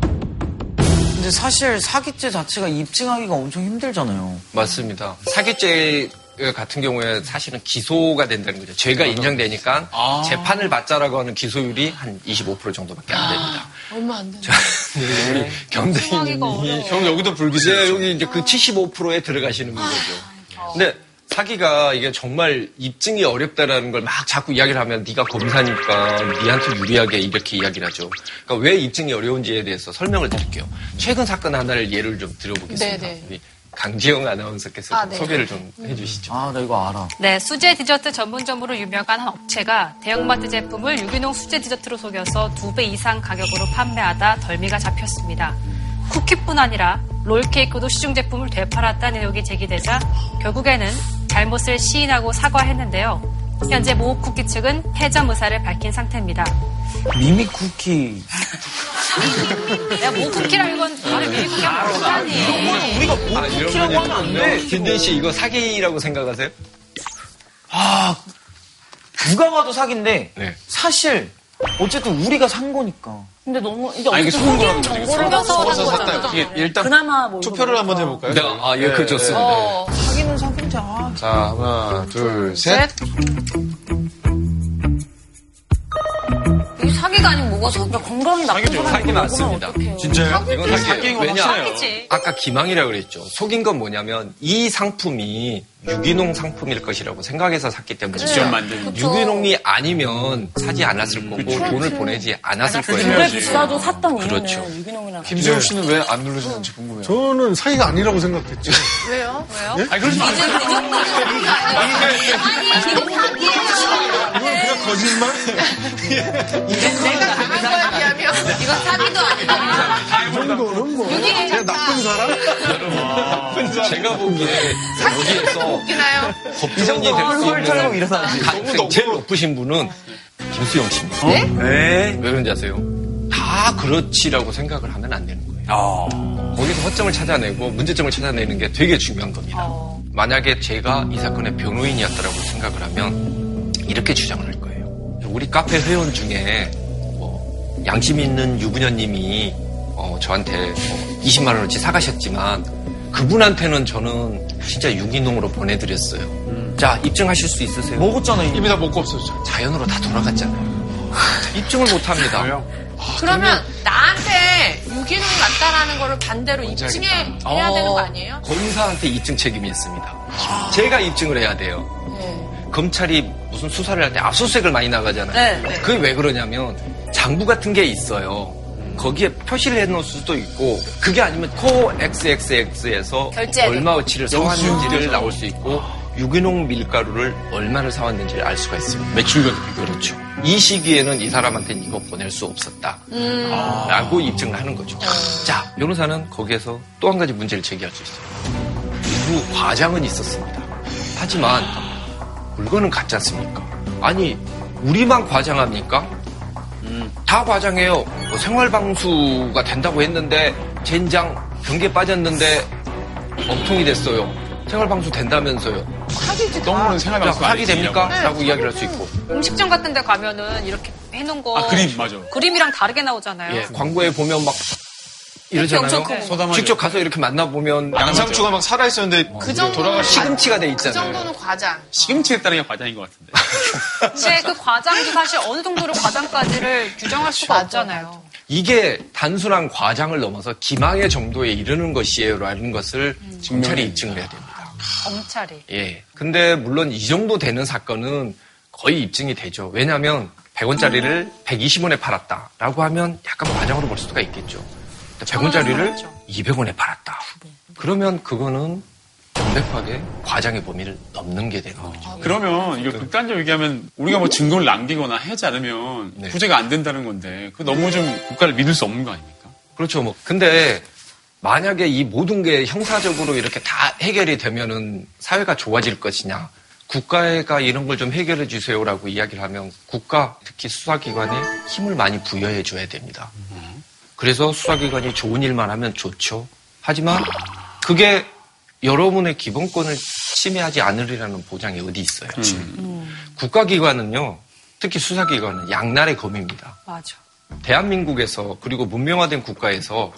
근데 사실 사기죄 자체가 입증하기가 엄청 힘들잖아요.
맞습니다. 사기죄 같은 경우에 사실은 기소가 된다는 거죠. 죄가 인정되니까
아.
재판을 받자라고 하는 기소율이 한 25% 정도밖에 안 됩니다.
아, 얼마 안 되네.
우리 경대인이
하기가 어려워.
형 여기도 불기지.
이제 여기 이제 그 75%에 들어가시는
아.
거죠. 근데 사기가 이게 정말 입증이 어렵다라는 걸 막 자꾸 이야기를 하면 네가 검사니까 네한테 유리하게 이렇게 이야기를 하죠. 그러니까 왜 입증이 어려운지에 대해서 설명을 드릴게요. 최근 사건 하나를 예를 좀 들어보겠습니다.
네, 네.
우리 강지영 아나운서께서
아,
좀
네.
소개를 좀 해주시죠.
아, 나 이거 알아.
네, 수제 디저트 전문점으로 유명한 한 업체가 대형마트 제품을 유기농 수제 디저트로 속여서 두 배 이상 가격으로 판매하다 덜미가 잡혔습니다. 쿠키뿐 아니라 롤케이크도 시중 제품을 되팔았다는 의혹이 제기되자 결국에는 잘못을 시인하고 사과했는데요. 현재 모 쿠키 측은 해점 의사를 밝힌 상태입니다.
미미 쿠키.
내가 모 쿠키라 이건 바로 미리 쿠키 하면 못하니.
우리가
아,
뭐 쿠키라고 하면 안 돼.
김진 씨 이거 사기라고 생각하세요?
누가 봐도 사기인데
네.
사실 어쨌든 우리가 산 거니까.
근데 너무 이게
아, 이게
어떻게
속은 거라는
속이는
거죠, 이게.
정보를
속아서
산
산
거잖아요.
거잖아.
이게 일단
그나마 뭐
투표를
이거
한번
보니까.
해볼까요? 네,
아, 예, 그 좋습니다.
어.
사기는 사기인데 아.
자, 하나, 둘, 셋.
이 사기가 아니면 뭐가 사기야? 건강이 나쁜 사람이
사기 맞습니다.
진짜요?
이건 사기예요.
사기인 건
왜냐?
확실해요.
아까 기망이라고 그랬죠. 속인 건 뭐냐면 이 상품이 유기농 상품일 것이라고 생각해서 샀기 때문에
직접 만든
그쵸.
유기농이 아니면 사지 않았을 거고 돈을 보내지 않았을
그래
거예요.
비싸도 샀던 이유는
그렇죠.
유기농이랑
네.
김재욱 씨는 왜 안 누르시는지 궁금해요.
저는 사기가 아니라고 생각했죠.
왜요?
아니, 그러지 마세요.
이건 그냥 거짓말?
내가 당한 거에 비하면 이거 사기도 아니다.
이 정도는 뭐. 그냥 나쁜 사람?
제가 보기에 여기에서
웃기나요?
법정이 될
아,
수
털털고
있는
일어나는데.
가능성이 제일 높으신 분은 김수영 씨입니다.
네.
왜 그런지 아세요? 다 그렇지라고 생각을 하면 안 되는 거예요.
어.
거기서 허점을 찾아내고 문제점을 찾아내는 게 되게 중요한 겁니다. 만약에 제가 이 사건의 변호인이었다라고 생각을 하면 이렇게 주장을 할 거예요. 우리 카페 회원 중에 뭐 양심 있는 유부녀님이 어, 저한테 뭐 20만 원어치 사가셨지만 그분한테는 저는 진짜 유기농으로 보내드렸어요. 자 입증하실 수 있으세요?
먹었잖아, 이미.
입에다 먹고 없어졌죠.
자연으로 다 돌아갔잖아요. (laughs) 입증을 못합니다.
그러면
음.
나한테 유기농이 맞다라는 거를 반대로 입증해야 되는 거 아니에요? 아.
검사한테 입증 책임이 있습니다. 제가 입증을 해야 돼요.
네.
검찰이 무슨 수사를 할 때 압수수색을 많이 나가잖아요.
네, 네.
그게 왜 그러냐면 장부 같은 게 있어요. 거기에 표시를 해놓을 수도 있고 그게 아니면 코 XXX에서
결제해야
얼마어치를 사왔는지를 나올 수 있고 유기농 밀가루를 얼마를 사왔는지를 알 수가 있습니다. 매출과 그렇죠. 이 시기에는 이 사람한테는 이거 보낼 수 없었다.
음.
라고 입증을 하는 거죠. 자, 변호사는 거기에서 또 한 가지 문제를 제기할 수 있어요. 일부 과장은 있었습니다. 하지만 물건은 같지 않습니까? 아니, 우리만 과장합니까? 음, 다 과장해요. 뭐 생활방수가 된다고 했는데 젠장 경계 빠졌는데 엉통이 됐어요. 생활방수 된다면서요.
너무는
자,
생각나서
사기 됩니까? 라고 이야기를 할 수 있고.
음식점 같은 데 가면은 이렇게 해놓은 거.
아, 그림, 맞아.
그림이랑 다르게 나오잖아요.
예, 광고에 보면 막
네. 엄청
이러잖아요.
크고.
소담하죠.
직접 가서 이렇게 만나보면
양상추가 막 살아있었는데
그 정도는
시금치가 돼
그
있잖아요.
정도는 과장.
시금치에 따른 게 과장인 것 같은데.
근데 그 과장도 사실 어느 정도로 과장까지를 규정할 수가 없잖아요.
이게 단순한 과장을 넘어서 기망의 정도에 이르는 것이에요라는 것을 검찰이 입증을 해야 됩니다.
검찰이.
예. 근데 물론 이 정도 되는 사건은 거의 입증이 되죠. 왜냐하면 100원짜리를 120원에 팔았다라고 하면 약간 과장으로 볼 수가 있겠죠. 근데 100원짜리를 200원에 팔았다. 그러면 그거는 명백하게 과장의 범위를 넘는 게 되는 거죠.
아.
그러면
네.
이거 극단적으로 얘기하면 우리가 뭐 증거를 남기거나 하지 않으면
네.
구제가 안 된다는 건데 그 너무 좀 국가를 믿을 수 없는 거 아닙니까?
그렇죠. 뭐 근데 만약에 이 모든 게 형사적으로 이렇게 다 해결이 되면은 사회가 좋아질 것이냐? 국가가 이런 걸 좀 해결해 주세요라고 이야기를 하면 국가 특히 수사기관에 힘을 많이 부여해 줘야 됩니다. 그래서 수사기관이 좋은 일만 하면 좋죠. 하지만 그게 여러분의 기본권을 침해하지 않으리라는 보장이 어디 있어요? 국가기관은요, 특히 수사기관은 양날의 검입니다.
맞아.
대한민국에서 그리고 문명화된 국가에서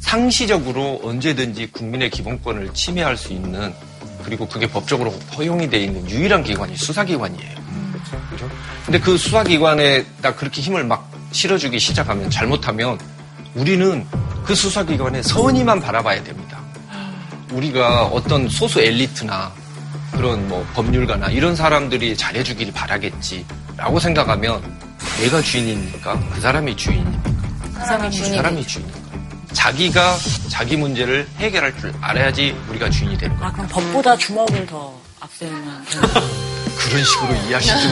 상시적으로 언제든지 국민의 기본권을 침해할 수 있는 그리고 그게 법적으로 허용이 돼 있는 유일한 기관이 수사기관이에요. 그죠? 근데 그 수사기관에다 그렇게 힘을 막 실어주기 시작하면 잘못하면 우리는 그 수사기관의 선의만 바라봐야 됩니다. 우리가 어떤 소수 엘리트나 그런 뭐 법률가나 이런 사람들이 잘해주길 바라겠지라고 생각하면 내가 주인입니까? 그 사람이 주인입니까?
그 사람이
그
주인이
사람이 주인입니까? 자기가 자기 문제를 해결할 줄 알아야지 우리가 주인이 되는 거야.
아 그럼 법보다 주먹을 더 앞세우는
그런 식으로 이해하시지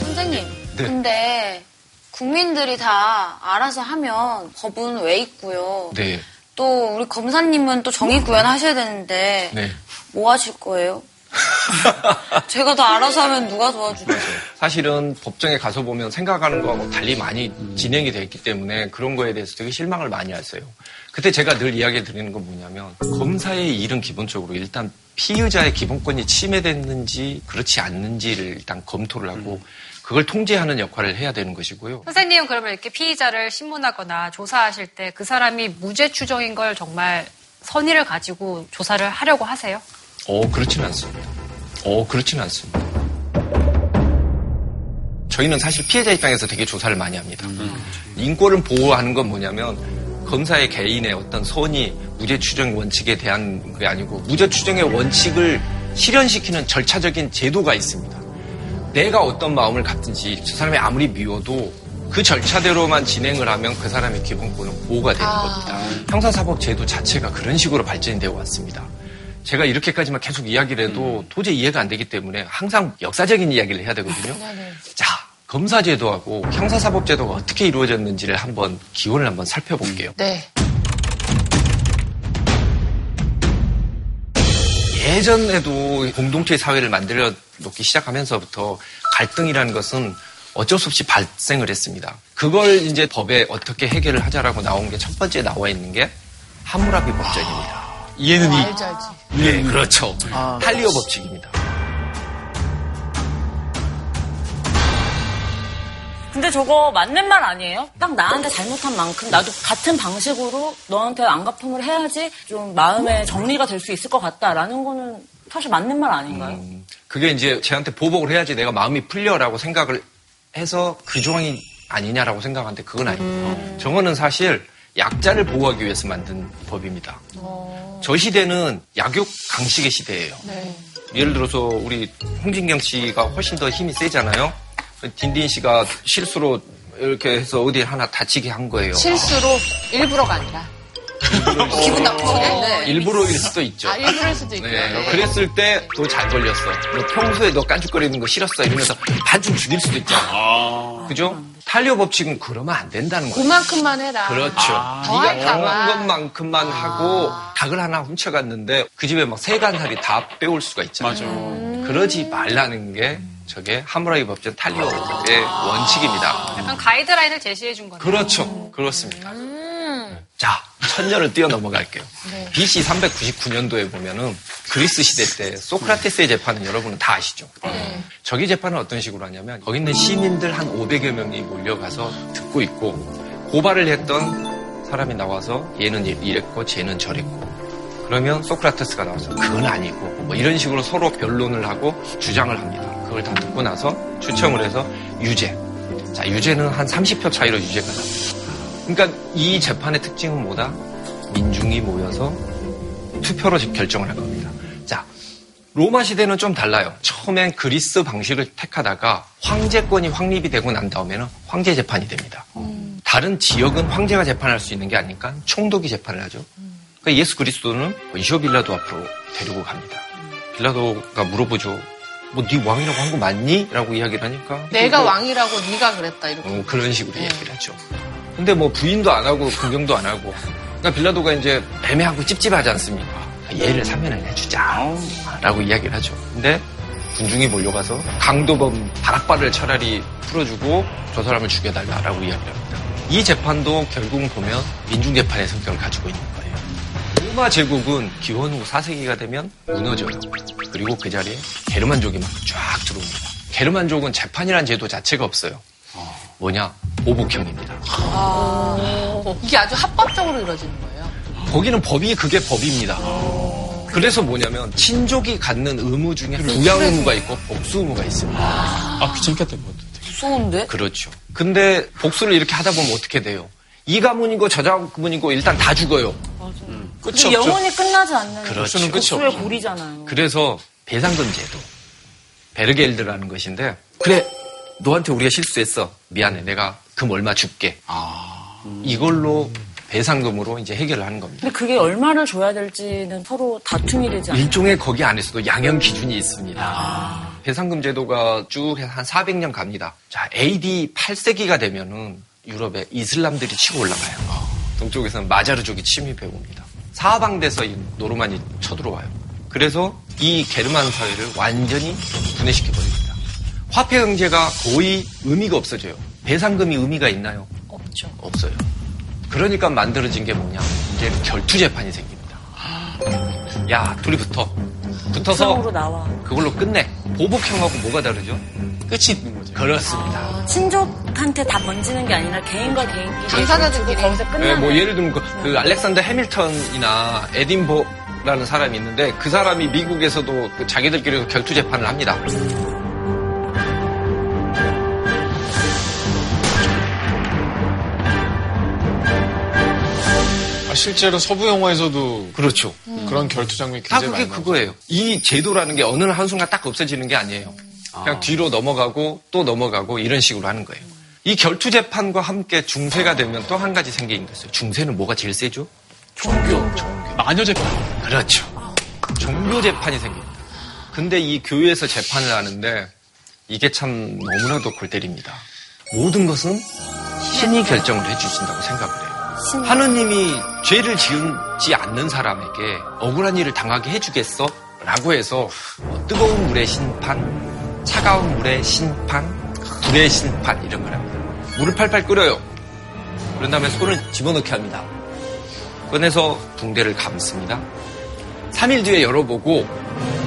(laughs)
선생님,
네.
근데 국민들이 다 알아서 하면 법은 왜 있고요.
네,
또 우리 검사님은 또 정의 구현하셔야 되는데
네.
뭐 하실
(laughs)
거예요? 제가 다 알아서 하면 누가 도와주죠?
사실은 법정에 가서 보면 생각하는 거하고 달리 많이 진행이 돼 있기 때문에 그런 거에 대해서 되게 실망을 많이 했어요. 그때 제가 늘 이야기 드리는 건 뭐냐면 검사의 일은 기본적으로 일단 피의자의 기본권이 침해됐는지 그렇지 않는지를 일단 검토를 하고
음.
그걸 통제하는 역할을 해야 되는 것이고요.
선생님 그러면 이렇게 피의자를 신문하거나 조사하실 때 그 사람이 무죄 추정인 걸 정말 선의를 가지고 조사를 하려고 하세요?
어, 그렇지는 않습니다. 어, 그렇지는 않습니다. 저희는 사실 피해자 입장에서 되게 조사를 많이 합니다. 인권을 보호하는 건 뭐냐면 검사의 개인의 어떤 선의, 무죄 추정 원칙에 대한 게 아니고 무죄 추정의 원칙을 실현시키는 절차적인 제도가 있습니다. 내가 어떤 마음을 갖든지 저 사람이 아무리 미워도 그 절차대로만 진행을 하면 그 사람의 기본권은 보호가 되는 겁니다. 형사사법 제도 자체가 그런 식으로 발전되어 왔습니다. 제가 이렇게까지만 계속 이야기를 해도 도저히 이해가 안 되기 때문에 항상 역사적인 이야기를 해야 되거든요. 자, 검사제도하고 형사사법제도가 어떻게 이루어졌는지를 한번 기원을 한번 살펴볼게요.
네.
예전에도 공동체 사회를 만들어 놓기 시작하면서부터 갈등이라는 것은 어쩔 수 없이 발생을 했습니다. 그걸 이제 법에 어떻게 해결을 하자라고 나온 게 첫 번째 나와 있는 게 하무라비 법전입니다.
이해는 이
알지, 알지.
예, 그렇죠. 탈리오 법칙입니다.
근데 저거 맞는 말 아니에요? 딱 나한테 잘못한 만큼 나도 같은 방식으로 너한테 안갚음을 해야지 좀 마음의 정리가 될 수 있을 것 같다라는 거는 사실 맞는 말 아닌가요?
음, 그게 이제 쟤한테 보복을 해야지 내가 마음이 풀려라고 생각을 해서 그 조항이 아니냐라고 생각하는데 그건 아닙니다. 저거는 사실 약자를 보호하기 위해서 만든 법입니다. 저 시대는 약육 강식의 시대예요. 예를 들어서 우리 홍진경 씨가 훨씬 더 힘이 세잖아요. 딘딘 씨가 실수로 이렇게 해서 어디 하나 다치게 한 거예요.
실수로 일부러가
(laughs)
아니라. 기분 나쁘네.
일부러일 수도 있죠.
아, 일부러일 수도 있고요.
어. 네, 그랬을 때 너 잘 걸렸어. 너 평소에 너 깐죽거리는 거 싫었어. 이러면서 반쯤 죽일 수도 있잖아. 그죠? 탄력 법칙은 그러면 안 된다는 거야.
그만큼만 해라.
그렇죠.
더
네가
할까 봐.
당한 것만큼만 아. 하고 닭을 하나 훔쳐갔는데 그 집에 막 세간살이 다 빼올 수가 있잖아.
맞아.
그러지 말라는 게 저게 하무라비 법전 탄력의 원칙입니다.
약간 가이드라인을 제시해 준 거네요.
그렇죠. 그렇습니다. 자, 천년을 뛰어 넘어갈게요. BC 399년도에 보면은 그리스 시대 때 소크라테스의 재판은 여러분은 다 아시죠? 저기 재판은 어떤 식으로 하냐면 거기 있는 시민들 한 500여 명이 몰려가서 듣고 있고 고발을 했던 사람이 나와서 얘는 이랬고 쟤는 저랬고 그러면 소크라테스가 나와서 그건 아니고 뭐 이런 식으로 서로 변론을 하고 주장을 합니다. 그걸 다 듣고 나서 추첨을 해서 유죄. 자, 유죄는 한 30표 차이로 유죄가 나옵니다. 그러니까 이 재판의 특징은 뭐다? 민중이 모여서 투표로 결정을 할 겁니다. 자, 로마 시대는 좀 달라요. 처음엔 그리스 방식을 택하다가 황제권이 확립이 되고 난 다음에는 황제 재판이 됩니다. 다른 지역은 황제가 재판할 수 있는 게 아니니까 총독이 재판을 하죠. 그러니까 예수 그리스도는 원시오 빌라도 앞으로 데리고 갑니다. 빌라도가 물어보죠. 뭐 네 왕이라고 한 거 맞니? 라고 이야기를 하니까
내가 왕이라고 네가 그랬다 이렇게. 네.
어, 그런 식으로 얘기를 하죠. 근데 뭐 부인도 안 하고 구경도 안 하고. 그러니까 빌라도가 이제 애매하고 찝찝하지 않습니까? 얘를 사면을 해주자. 라고 이야기를 하죠. 근데 군중이 몰려가서 강도범 다락발을 차라리 풀어주고 저 사람을 죽여달라라고 이야기를 합니다. 이 재판도 결국은 보면 민중재판의 성격을 가지고 있는 거예요. 로마 제국은 기원 후 4세기가 되면 무너져요. 그리고 그 자리에 게르만족이 막 쫙 들어옵니다. 게르만족은 재판이라는 제도 자체가 없어요. 뭐냐? 오복형입니다.
이게 아주 합법적으로 이루어지는 거예요.
거기는 법이 그게 법입니다. 그래서 뭐냐면 친족이 갖는 의무 중에 부양 의무가 있고 복수 의무가 있습니다.
그렇죠. 아, 귀찮겠다, 그것도.
무서운데?
그렇죠. 근데 복수를 이렇게 하다 보면 어떻게 돼요? 이 가문이고 저 가문이고 일단 다 죽어요.
끝이
그
없죠.
영혼이 끝나지 않는
아,
그렇죠.
복수는
그렇죠.
복수의 고리잖아요.
그래서 배상금 제도 베르겔드라는 것인데 그래 너한테 우리가 실수했어 미안해 내가 금 얼마 줄게
아.
이걸로 배상금으로 이제 해결을 하는 겁니다.
근데 그게 얼마를 줘야 될지는 서로 다툼이 되지 않아요.
일종의 거기 안에서도 양형 기준이 있습니다. 배상금 제도가 쭉 한 400년 갑니다. 자, AD 8세기가 되면은 유럽에 이슬람들이 치고 올라가요. 동쪽에서는 마자르족이 침입해 옵니다. 사방돼서 이 노르만이 쳐들어와요. 그래서 이 게르만 사회를 완전히 분해시켜 버립니다. 화폐 경제가 거의 의미가 없어져요. 배상금이 의미가 있나요?
없죠.
없어요. 그러니까 만들어진 게 뭐냐? 이제 결투 재판이 생깁니다. 야, 둘이 붙어.
성으로
붙어서
나와.
그걸로 끝내. 보복형하고 뭐가 다르죠?
끝이 있는 거죠.
그렇습니다.
아, 친족한테 다 번지는 게 아니라 개인과 개인끼리
당사자들끼리.
해가지고 거기서
네,
끝나는
뭐 예를 들면 그, 그 알렉산더 해밀턴이나 에딘버라는 사람이 있는데 그 사람이 미국에서도 그 자기들끼리 결투 재판을 합니다.
아, 실제로 서부 영화에서도
그렇죠.
그런 결투 장면이
다
굉장히
그게
많이 나오죠.
그거예요. 이 제도라는 게 어느 한순간 딱 없어지는 게 아니에요. 그냥 뒤로 넘어가고 또 넘어가고 이런 식으로 하는 거예요. 이 결투 재판과 함께 중세가 되면 또 한 가지 생기는 게 있어요. 중세는 뭐가 제일 세죠?
마녀 재판.
그렇죠. 종교 재판이 생깁니다. 근데 이 교회에서 재판을 하는데 이게 참 너무나도 골 때립니다. 모든 것은 신이 결정을 해주신다고 생각을 해요. 하느님이 죄를 지은지 않는 사람에게 억울한 일을 당하게 해주겠어? 라고 해서 뭐 뜨거운 물의 심판, 차가운 물의 심판, 불의 심판 이런 걸 합니다. 물을 팔팔 끓여요. 그런 다음에 손을 집어넣게 합니다. 꺼내서 붕대를 감습니다. 3일 뒤에 열어보고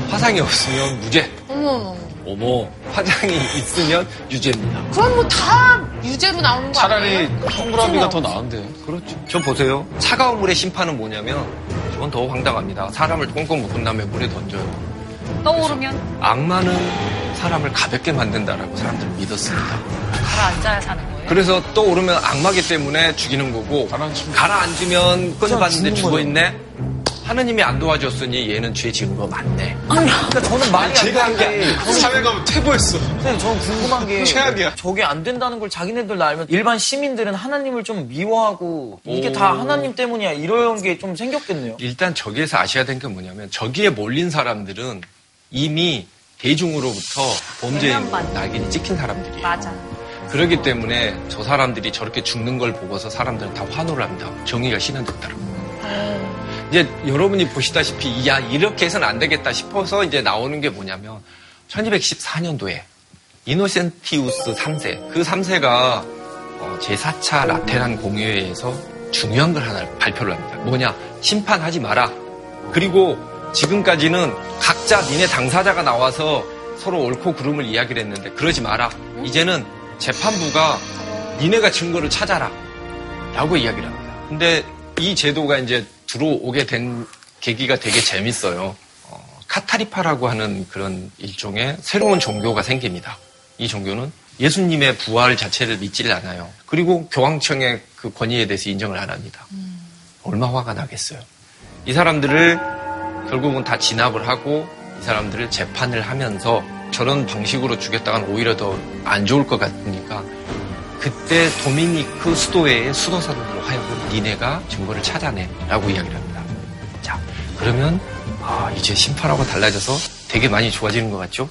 화상이 없으면 무죄.
어머,
어머. 화장이 있으면 유죄입니다.
그럼 뭐 다 유죄로 나오는 거
차라리
아니에요?
동그라미가 더 나은데요.
그렇죠. 저 보세요. 차가운 물의 심판은 뭐냐면 저건 더 황당합니다. 사람을 꽁꽁 묶은 다음에 물에 던져요.
떠오르면
악마는 사람을 가볍게 만든다라고 사람들은 믿었습니다.
가라앉아야 사는 거예요.
그래서 떠오르면 악마기 때문에 죽이는 거고
가라앉히면-
가라앉으면 꺼내봤는데 죽어있네? 하느님이 안 도와줬으니 얘는 죄 지은 거 맞네.
아,
그러니까 저는 말이
제가
안
한 게
되는 게.
사회가 퇴보했어.
선생님, 저는 궁금한 게
최악이야.
저게 안 된다는 걸 자기네들 나 알면 일반 시민들은 하나님을 좀 미워하고 이게 다 하나님 때문이야 이런 게 좀 생겼겠네요.
일단 저기에서 아셔야 되는 게 뭐냐면 저기에 몰린 사람들은 이미 대중으로부터 범죄의
외면받는.
낙인이 찍힌 사람들이에요.
맞아.
그렇기 때문에 저 사람들이 저렇게 죽는 걸 보고서 사람들은 다 환호를 합니다. 정의가 실현됐다라고. 이제 여러분이 보시다시피 야 이렇게 해서는 안 되겠다 싶어서 이제 나오는 게 뭐냐면 1214년도에 이노센티우스 3세 그 3세가 어, 제4차 라테란 공회에서 중요한 걸 하나 발표를 합니다. 뭐냐 심판하지 마라. 그리고 지금까지는 각자 니네 당사자가 나와서 서로 옳고 그름을 이야기를 했는데 그러지 마라. 이제는 재판부가 니네가 증거를 찾아라. 라고 이야기를 합니다. 근데 이 제도가 이제 들어오게 된 계기가 되게 재밌어요. 어, 카타리파라고 하는 그런 일종의 새로운 종교가 생깁니다. 이 종교는 예수님의 부활 자체를 믿질 않아요. 그리고 교황청의 그 권위에 대해서 인정을 안 합니다. 얼마 화가 나겠어요. 이 사람들을 결국은 다 진압을 하고 이 사람들을 재판을 하면서 저런 방식으로 주겠다간 오히려 더 안 좋을 것 같으니까 그때 도미니크 수도회의 수도사들로 하여금 니네가 증거를 찾아내라고 이야기를 합니다. 자, 그러면 아, 이제 심판하고 달라져서 되게 많이 좋아지는 것 같죠?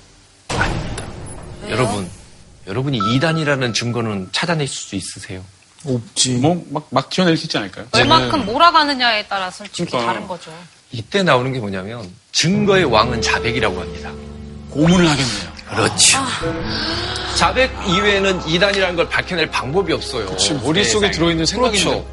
아닙니다. 여러분, 여러분이 이단이라는 증거는 찾아낼 수 있으세요?
없지. 뭐, 막, 막 튀어낼 수 있지 않을까요?
네.
얼마큼 몰아가느냐에 따라 솔직히
그러니까.
다른 거죠.
이때 나오는 게 뭐냐면 증거의 왕은 자백이라고 합니다.
고문을 하겠네요.
그렇죠.
아.
자백 이외에는 이단이라는 걸 밝혀낼 방법이 없어요.
그치, 머릿속에 들어있는 생각인데.
그렇죠.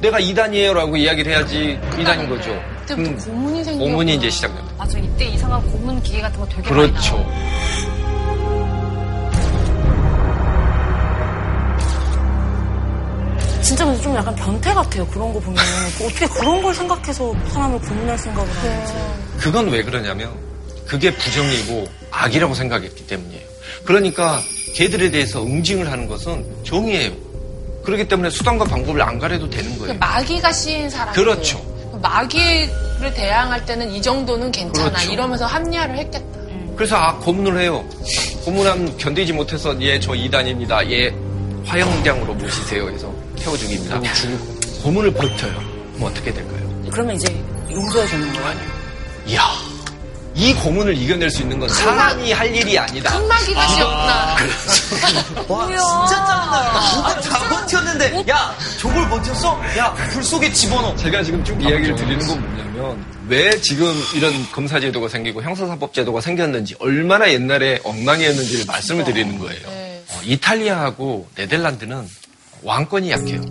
내가 이단이에요라고 이야기를 해야지 그 이단인 거죠.
그때부터
음,
고문이 생겨.
고문이 이제 시작됩니다.
맞아, 이때 이상한 고문 기계 같은 거 되게 많이 나와요.
그렇죠.
진짜 근데 좀 약간 변태 같아요. 그런 거 보면 어떻게 그런 걸 생각해서 사람을 고문할 생각을 하는지.
그건 왜 그러냐면 그게 부정이고 악이라고 생각했기 때문이에요. 그러니까 걔들에 대해서 응징을 하는 것은 정의예요. 그렇기 때문에 수단과 방법을 안 가려도 되는
그
거예요.
마귀가 씌인 사람.
그렇죠.
마귀를 대항할 때는 이 정도는 괜찮아.
그렇죠.
이러면서 합리화를 했겠다.
그래서 아, 고문을 해요. 고문하면 견디지 못해서 예, 저 이단입니다. 예, 화영장으로 모시세요. 해서 태워 죽입니다. 고문을 버텨요. 그럼 어떻게 될까요?
아, 그러면 이제 용서해 주는 거예요.
이야, 이 고문을 이겨낼 수 있는 건 사람이 할 일이 아니다. 아,
마귀가 씌었구나.
와 진짜 짜증나요. 아, 진짜 다 버텼는데 야 저걸 버텼어? 야 불 속에 집어넣어.
제가 지금
아,
쭉 이야기를
그렇죠.
드리는 건 뭐냐면 왜 지금 이런 검사 제도가 생기고 형사사법 제도가 생겼는지 얼마나 옛날에 엉망이었는지를 말씀을 드리는 거예요.
네.
어, 이탈리아하고 네덜란드는 왕권이 약해요.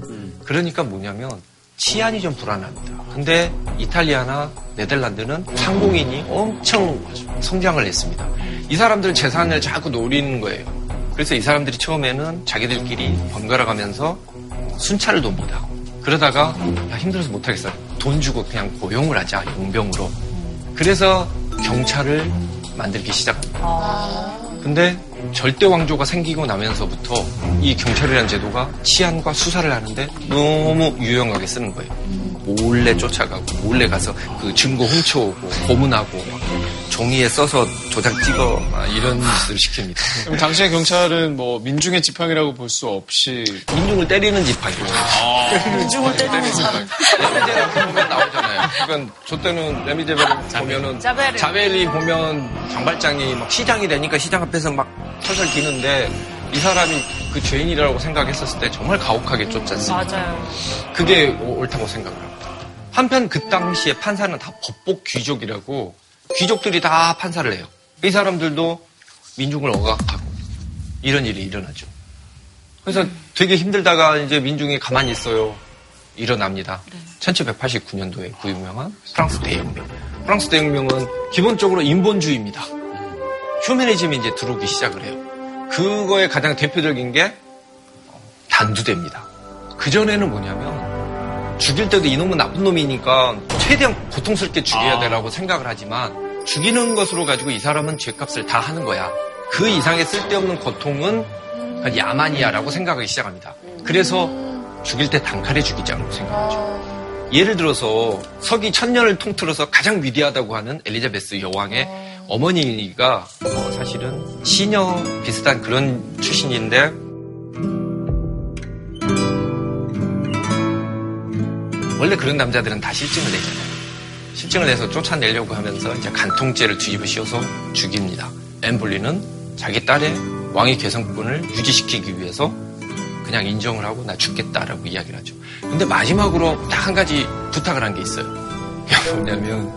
그러니까 뭐냐면 치안이 좀 불안합니다. 근데 이탈리아나 네덜란드는 상공인이 엄청 성장을 했습니다. 이 사람들은 재산을 자꾸 노리는 거예요. 그래서 이 사람들이 처음에는 자기들끼리 번갈아 가면서 순찰을 돕니다. 그러다가 야, 힘들어서 못하겠어. 돈 주고 그냥 고용을 하자 용병으로. 그래서 경찰을 만들기 시작합니다. 근데 절대 왕조가 생기고 나면서부터 이 경찰이라는 제도가 치안과 수사를 하는데 너무 유용하게 쓰는 거예요. 몰래 쫓아가고 몰래 가서 그 증거 훔쳐오고 고문하고 막 종이에 써서 조작 찍어 막 이런 짓을 시킵니다.
그럼 당시의 경찰은 뭐 민중의 지팡이라고 볼 수 없이 뭐
민중을 때리는 지팡이로.
이중을 때리는 사람.
레미제벨 보면 나오잖아요. 그러니까 저 때는 레미제벨 보면은
자벨.
자벨이 보면 장발장이 막 시장이 되니까 시장 앞에서 막 설설 기는데 이 사람이 그 죄인이라고 생각했었을 때 정말 가혹하게 쫓았어요.
맞아요.
그게 오- 옳다고 생각을 합니다. 한편 그 당시에 판사는 다 법복 귀족이라고 귀족들이 다 판사를 해요. 이 사람들도 민중을 억압하고 이런 일이 일어나죠. 그래서 되게 힘들다가 이제 민중이 가만히 있어요. 일어납니다. 1789년도에 그 유명한 프랑스 대혁명. 프랑스 대혁명은 기본적으로 인본주의입니다. 휴머니즘이 이제 들어오기 시작을 해요. 그거의 가장 대표적인 게 단두대입니다. 그전에는 뭐냐면 죽일 때도 이놈은 나쁜 놈이니까 최대한 고통스럽게 죽여야 되라고 생각을 하지만 죽이는 것으로 가지고 이 사람은 죄값을 다 하는 거야. 그 이상의 쓸데없는 고통은 야만이야라고 생각하기 시작합니다. 그래서 죽일 때 단칼에 죽이자고 생각하죠. 예를 들어서 서기 천년을 통틀어서 가장 위대하다고 하는 엘리자베스 여왕의 어머니가 어, 사실은 시녀 비슷한 그런 출신인데 원래 그런 남자들은 다 실증을 내잖아요. 실증을 내서 쫓아내려고 하면서 이제 간통죄를 뒤집어 씌워서 죽입니다. 앰블리는 자기 딸의 왕위 계승권을 유지시키기 위해서 그냥 인정을 하고 나 죽겠다라고 이야기를 하죠. 근데 마지막으로 딱 한 가지 부탁을 한 게 있어요. 그게 뭐냐면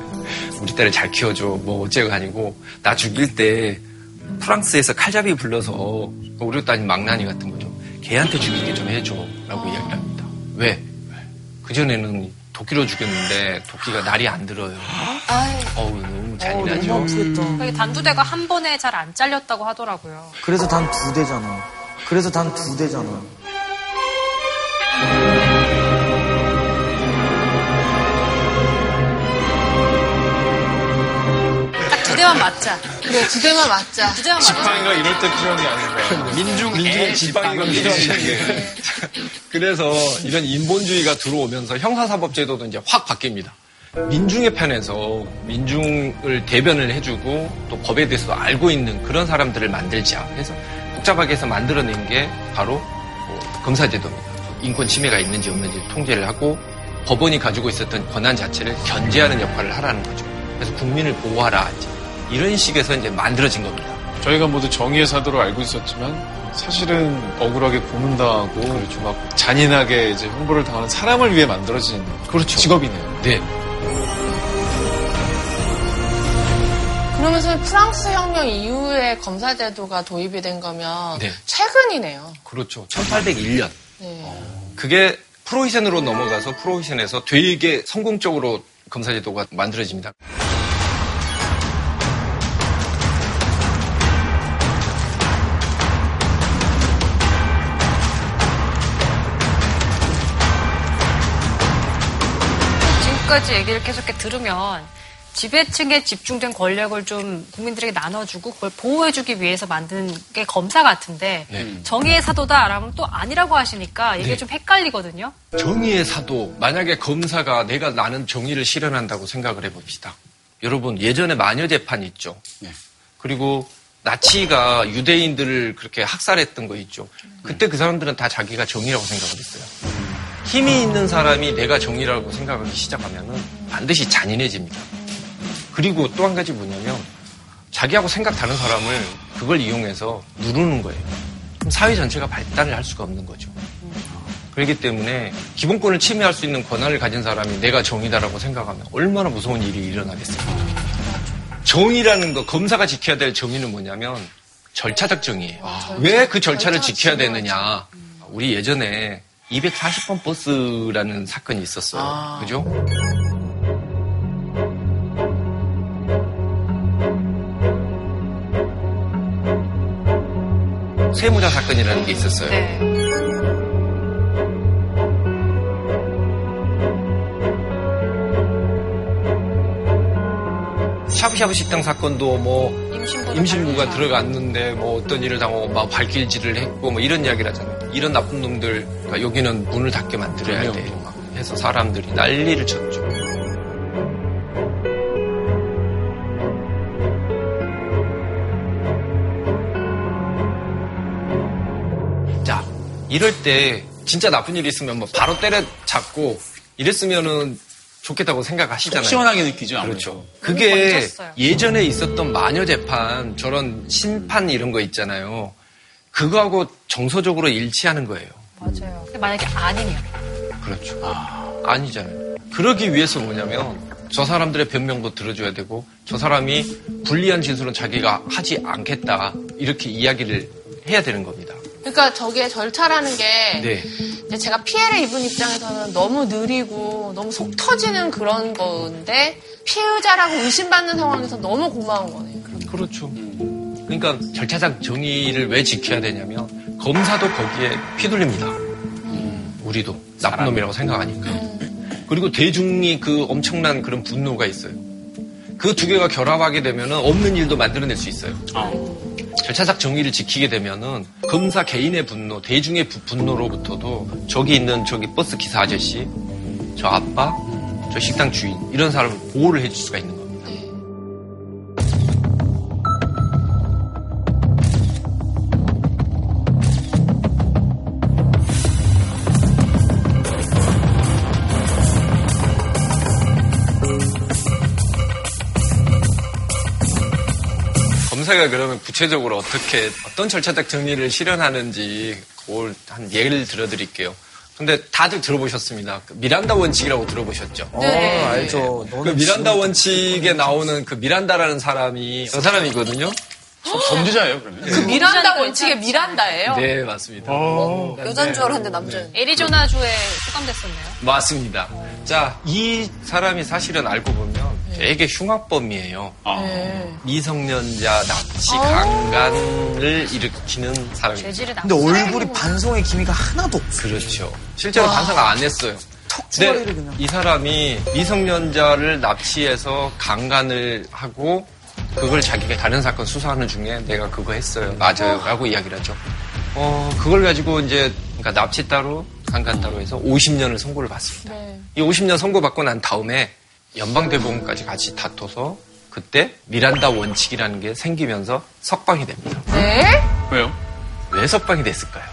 우리 딸을 잘 키워줘 뭐 어째가 아니고 나 죽일 때 프랑스에서 칼잡이 불러서 그 우리 딸이 망나니 같은 거죠. 걔한테 죽이게 좀 해줘라고 이야기를 합니다. 왜? 그전에는 도끼로 죽였는데 도끼가 날이 안 들어요. 어우, 너무 잔인하죠. 음.
그게 단두대가 한 번에 잘 안 잘렸다고 하더라고요.
그래서 단 두 대잖아. 그래서 단 두 대잖아.
딱 두 대만 맞자.
그래, 두 대만 네, 맞자.
두 대만 맞자.
지팡이가 이럴 때 필요한 게 아닌가.
민중의 지팡이가 (laughs) 필요한데. 그래서 이런 인본주의가 들어오면서 형사사법제도도 이제 확 바뀝니다. 민중의 편에서 민중을 대변을 해주고 또 법에 대해서 알고 있는 그런 사람들을 만들자 해서 복잡하게 해서 만들어낸 게 바로 어, 검사제도입니다. 인권 침해가 있는지 없는지 통제를 하고 법원이 가지고 있었던 권한 자체를 견제하는 역할을 하라는 거죠. 그래서 국민을 보호하라 이제 이런 식에서 이제 만들어진 겁니다.
저희가 모두 정의의 사도로 알고 있었지만 사실은 억울하게 고문당하고 그렇죠. 막 잔인하게 이제 형벌을 당하는 사람을 위해 만들어진
그렇죠.
직업이네요.
네,
그러면서 프랑스 혁명 이후에 검사 제도가 도입이 된 거면
네.
최근이네요.
그렇죠. 1801년. 어,
네.
그게 프로이센으로 넘어가서 프로이센에서 되게 성공적으로 검사제도가 만들어집니다.
지금까지 얘기를 계속 이렇게 들으면 지배층에 집중된 권력을 좀 국민들에게 나눠주고 그걸 보호해주기 위해서 만든 게 검사 같은데 정의의 사도다라면 또 아니라고 하시니까 이게
네.
좀 헷갈리거든요.
정의의 사도, 만약에 검사가 내가 나는 정의를 실현한다고 생각을 해봅시다. 여러분, 예전에 마녀 재판 있죠. 그리고 나치가 유대인들을 그렇게 학살했던 거 있죠. 그때 그 사람들은 다 자기가 정의라고 생각을 했어요. 힘이 있는 사람이 내가 정의라고 생각하기 시작하면은 반드시 잔인해집니다. 그리고 또 한 가지 뭐냐면 자기하고 생각 다른 사람을 그걸 이용해서 누르는 거예요. 그럼 사회 전체가 발달을 할 수가 없는 거죠. 그렇기 때문에 기본권을 침해할 수 있는 권한을 가진 사람이 내가 정의다라고 생각하면 얼마나 무서운 일이 일어나겠습니까? 정의라는 거 검사가 지켜야 될 정의는 뭐냐면 절차적 정의예요. 왜 그 절차를 지켜야 되느냐? 우리 예전에 240번 버스라는 사건이 있었어요. 그죠? 세무자 사건이라는 게 있었어요.
네.
샤브샤브 식당 사건도 뭐
임신부를
임신부가
발굴해서.
들어갔는데 뭐 어떤 일을 당하고 막 발길질을 했고 뭐 이런 이야기를 하잖아요. 이런 나쁜 놈들 그러니까 여기는 문을 닫게 만들어야 돼. 막 해서 사람들이 난리를 쳤죠. 자, 이럴 때 진짜 나쁜 일이 있으면 뭐 바로 때려잡고 이랬으면은 좋겠다고 생각하시잖아요.
시원하게 느끼죠. 아무래도.
그렇죠. 그게
번졌어요.
예전에 있었던 마녀 재판 저런 심판 이런 거 있잖아요. 그거하고 정서적으로 일치하는 거예요.
맞아요. 근데 만약에 아니면
그렇죠. 아, 니잖아요 그러기 위해서 뭐냐면 저 사람들의 변명도 들어줘야 되고 저 사람이 불리한 진술은 자기가 하지 않겠다 이렇게 이야기를 해야 되는 겁니다.
그러니까 저게 절차라는 게
네.
이제 제가 피해를 입은 입장에서는 너무 느리고 너무 속 터지는 그런 건데 피해자라고 의심받는 상황에서 너무 고마운 거네요.
그렇죠. 그러니까 절차상 정의를 왜 지켜야 되냐면 검사도 거기에 휘둘립니다. 우리도 나쁜 놈이라고 생각하니까. 그리고 대중이 그 엄청난 그런 분노가 있어요. 그 두 개가 결합하게 되면은 없는 일도 만들어낼 수 있어요. 절차상 정의를 지키게 되면은 검사 개인의 분노, 대중의 부- 분노로부터도 저기 있는 저기 버스 기사 아저씨, 저 아빠, 저 식당 주인 이런 사람을 보호를 해줄 수가 있는 겁니다. 검사가 그러면 구체적으로 어떻게 어떤 절차적 정리를 실현하는지 그걸 한 예를 들어드릴게요. 근데 다들 들어보셨습니다. 그 미란다 원칙이라고 들어보셨죠?
네.
어, 알죠. 너는
그 미란다 원칙에 나오는 그 미란다라는 사람이 저 사람이거든요.
범죄자예요, 그러면.
그 미란다 원칙의 미란다예요.
아.
네 맞습니다.
여자인 줄 알았는데 남자였네.
애리조나주에 수감됐었네요.
맞습니다. 자, 이 사람이 사실은 알고 보면
네.
되게 흉악범이에요. 미성년자 납치
아.
강간을 일으키는 사람이죠.
죄질을
근데 얼굴이 반성의 기미가 하나도 없어.
그렇죠. 실제로 반성 안 했어요.
주머니를
근데
그냥.
이 사람이 미성년자를 납치해서 강간을 하고 그걸 자기가 다른 사건 수사하는 중에 내가 그거 했어요. 맞아요. 라고 이야기를 하죠. 어, 그걸 가지고 이제 그러니까
네.
납치 따로 강간 따로 해서 50년을 선고를 받습니다. 이 50년 선고받고 난 다음에 연방대법원까지 같이 다퉈서 그때 미란다 원칙이라는 게 생기면서 석방이 됩니다.
네?
왜요?
왜 석방이 됐을까요?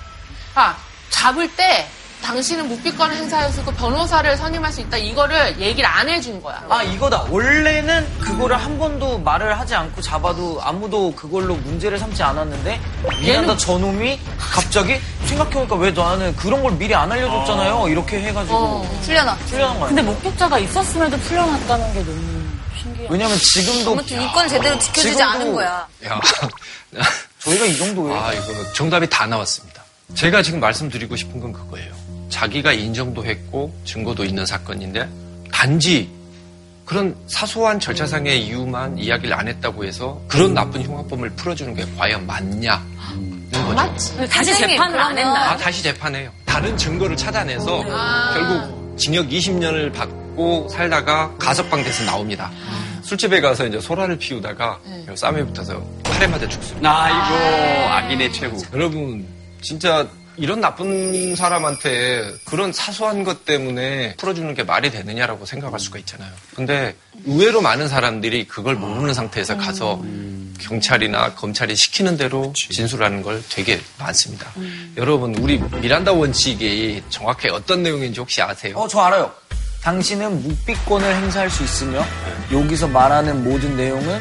아, 잡을 때 당신은 무비권 행사였을 고 변호사를 선임할 수 있다. 이거를 얘기를 안 해준 거야.
아 이거다 원래는 그거를 한 번도 말을 하지 않고 잡아도 아무도 그걸로 문제를 삼지 않았는데 미란다 저놈이 갑자기 생각해보니까 왜 나는 그런 걸 미리 안 알려줬잖아요 이렇게 해가지고
어.
풀려나.
풀려난 거야
근데 목격자가 있었음에도 풀려났다는 게 너무 신기해요.
왜냐면 지금도
아무튼 이건 제대로 지켜주지
지금도-
않은 거야.
야, (laughs)
저희가 이 정도예요
아, 이거 정답이 다 나왔습니다. 제가 지금 말씀드리고 싶은 건 그거예요. 자기가 인정도 했고 증거도 있는 사건인데 단지 그런 사소한 절차상의 이유만 이야기를 안 했다고 해서 그런 나쁜 흉악범을 풀어주는 게 과연 맞냐?
아, 맞지.
다시
선생님,
재판을 안
그러면-
했나요?
아, 다시 재판해요. 다른 증거를 차단해서
아.
결국 징역 20년을 받고 살다가 가석방 돼서 나옵니다. 술집에 가서 이제 소라를 피우다가
네.
쌈에 붙어서 팔에 맞아 죽습니다.
아이고 악인의 최후.
여러분 진짜 이런 나쁜 사람한테 그런 사소한 것 때문에 풀어주는 게 말이 되느냐라고 생각할 수가 있잖아요. 근데 의외로 많은 사람들이 그걸 모르는 상태에서 가서 경찰이나 검찰이 시키는 대로 진술하는 걸 되게 많습니다. 여러분 우리 미란다 원칙이 정확히 어떤 내용인지 혹시 아세요?
어, 저 알아요. 당신은 묵비권을 행사할 수 있으며 여기서 말하는 모든 내용은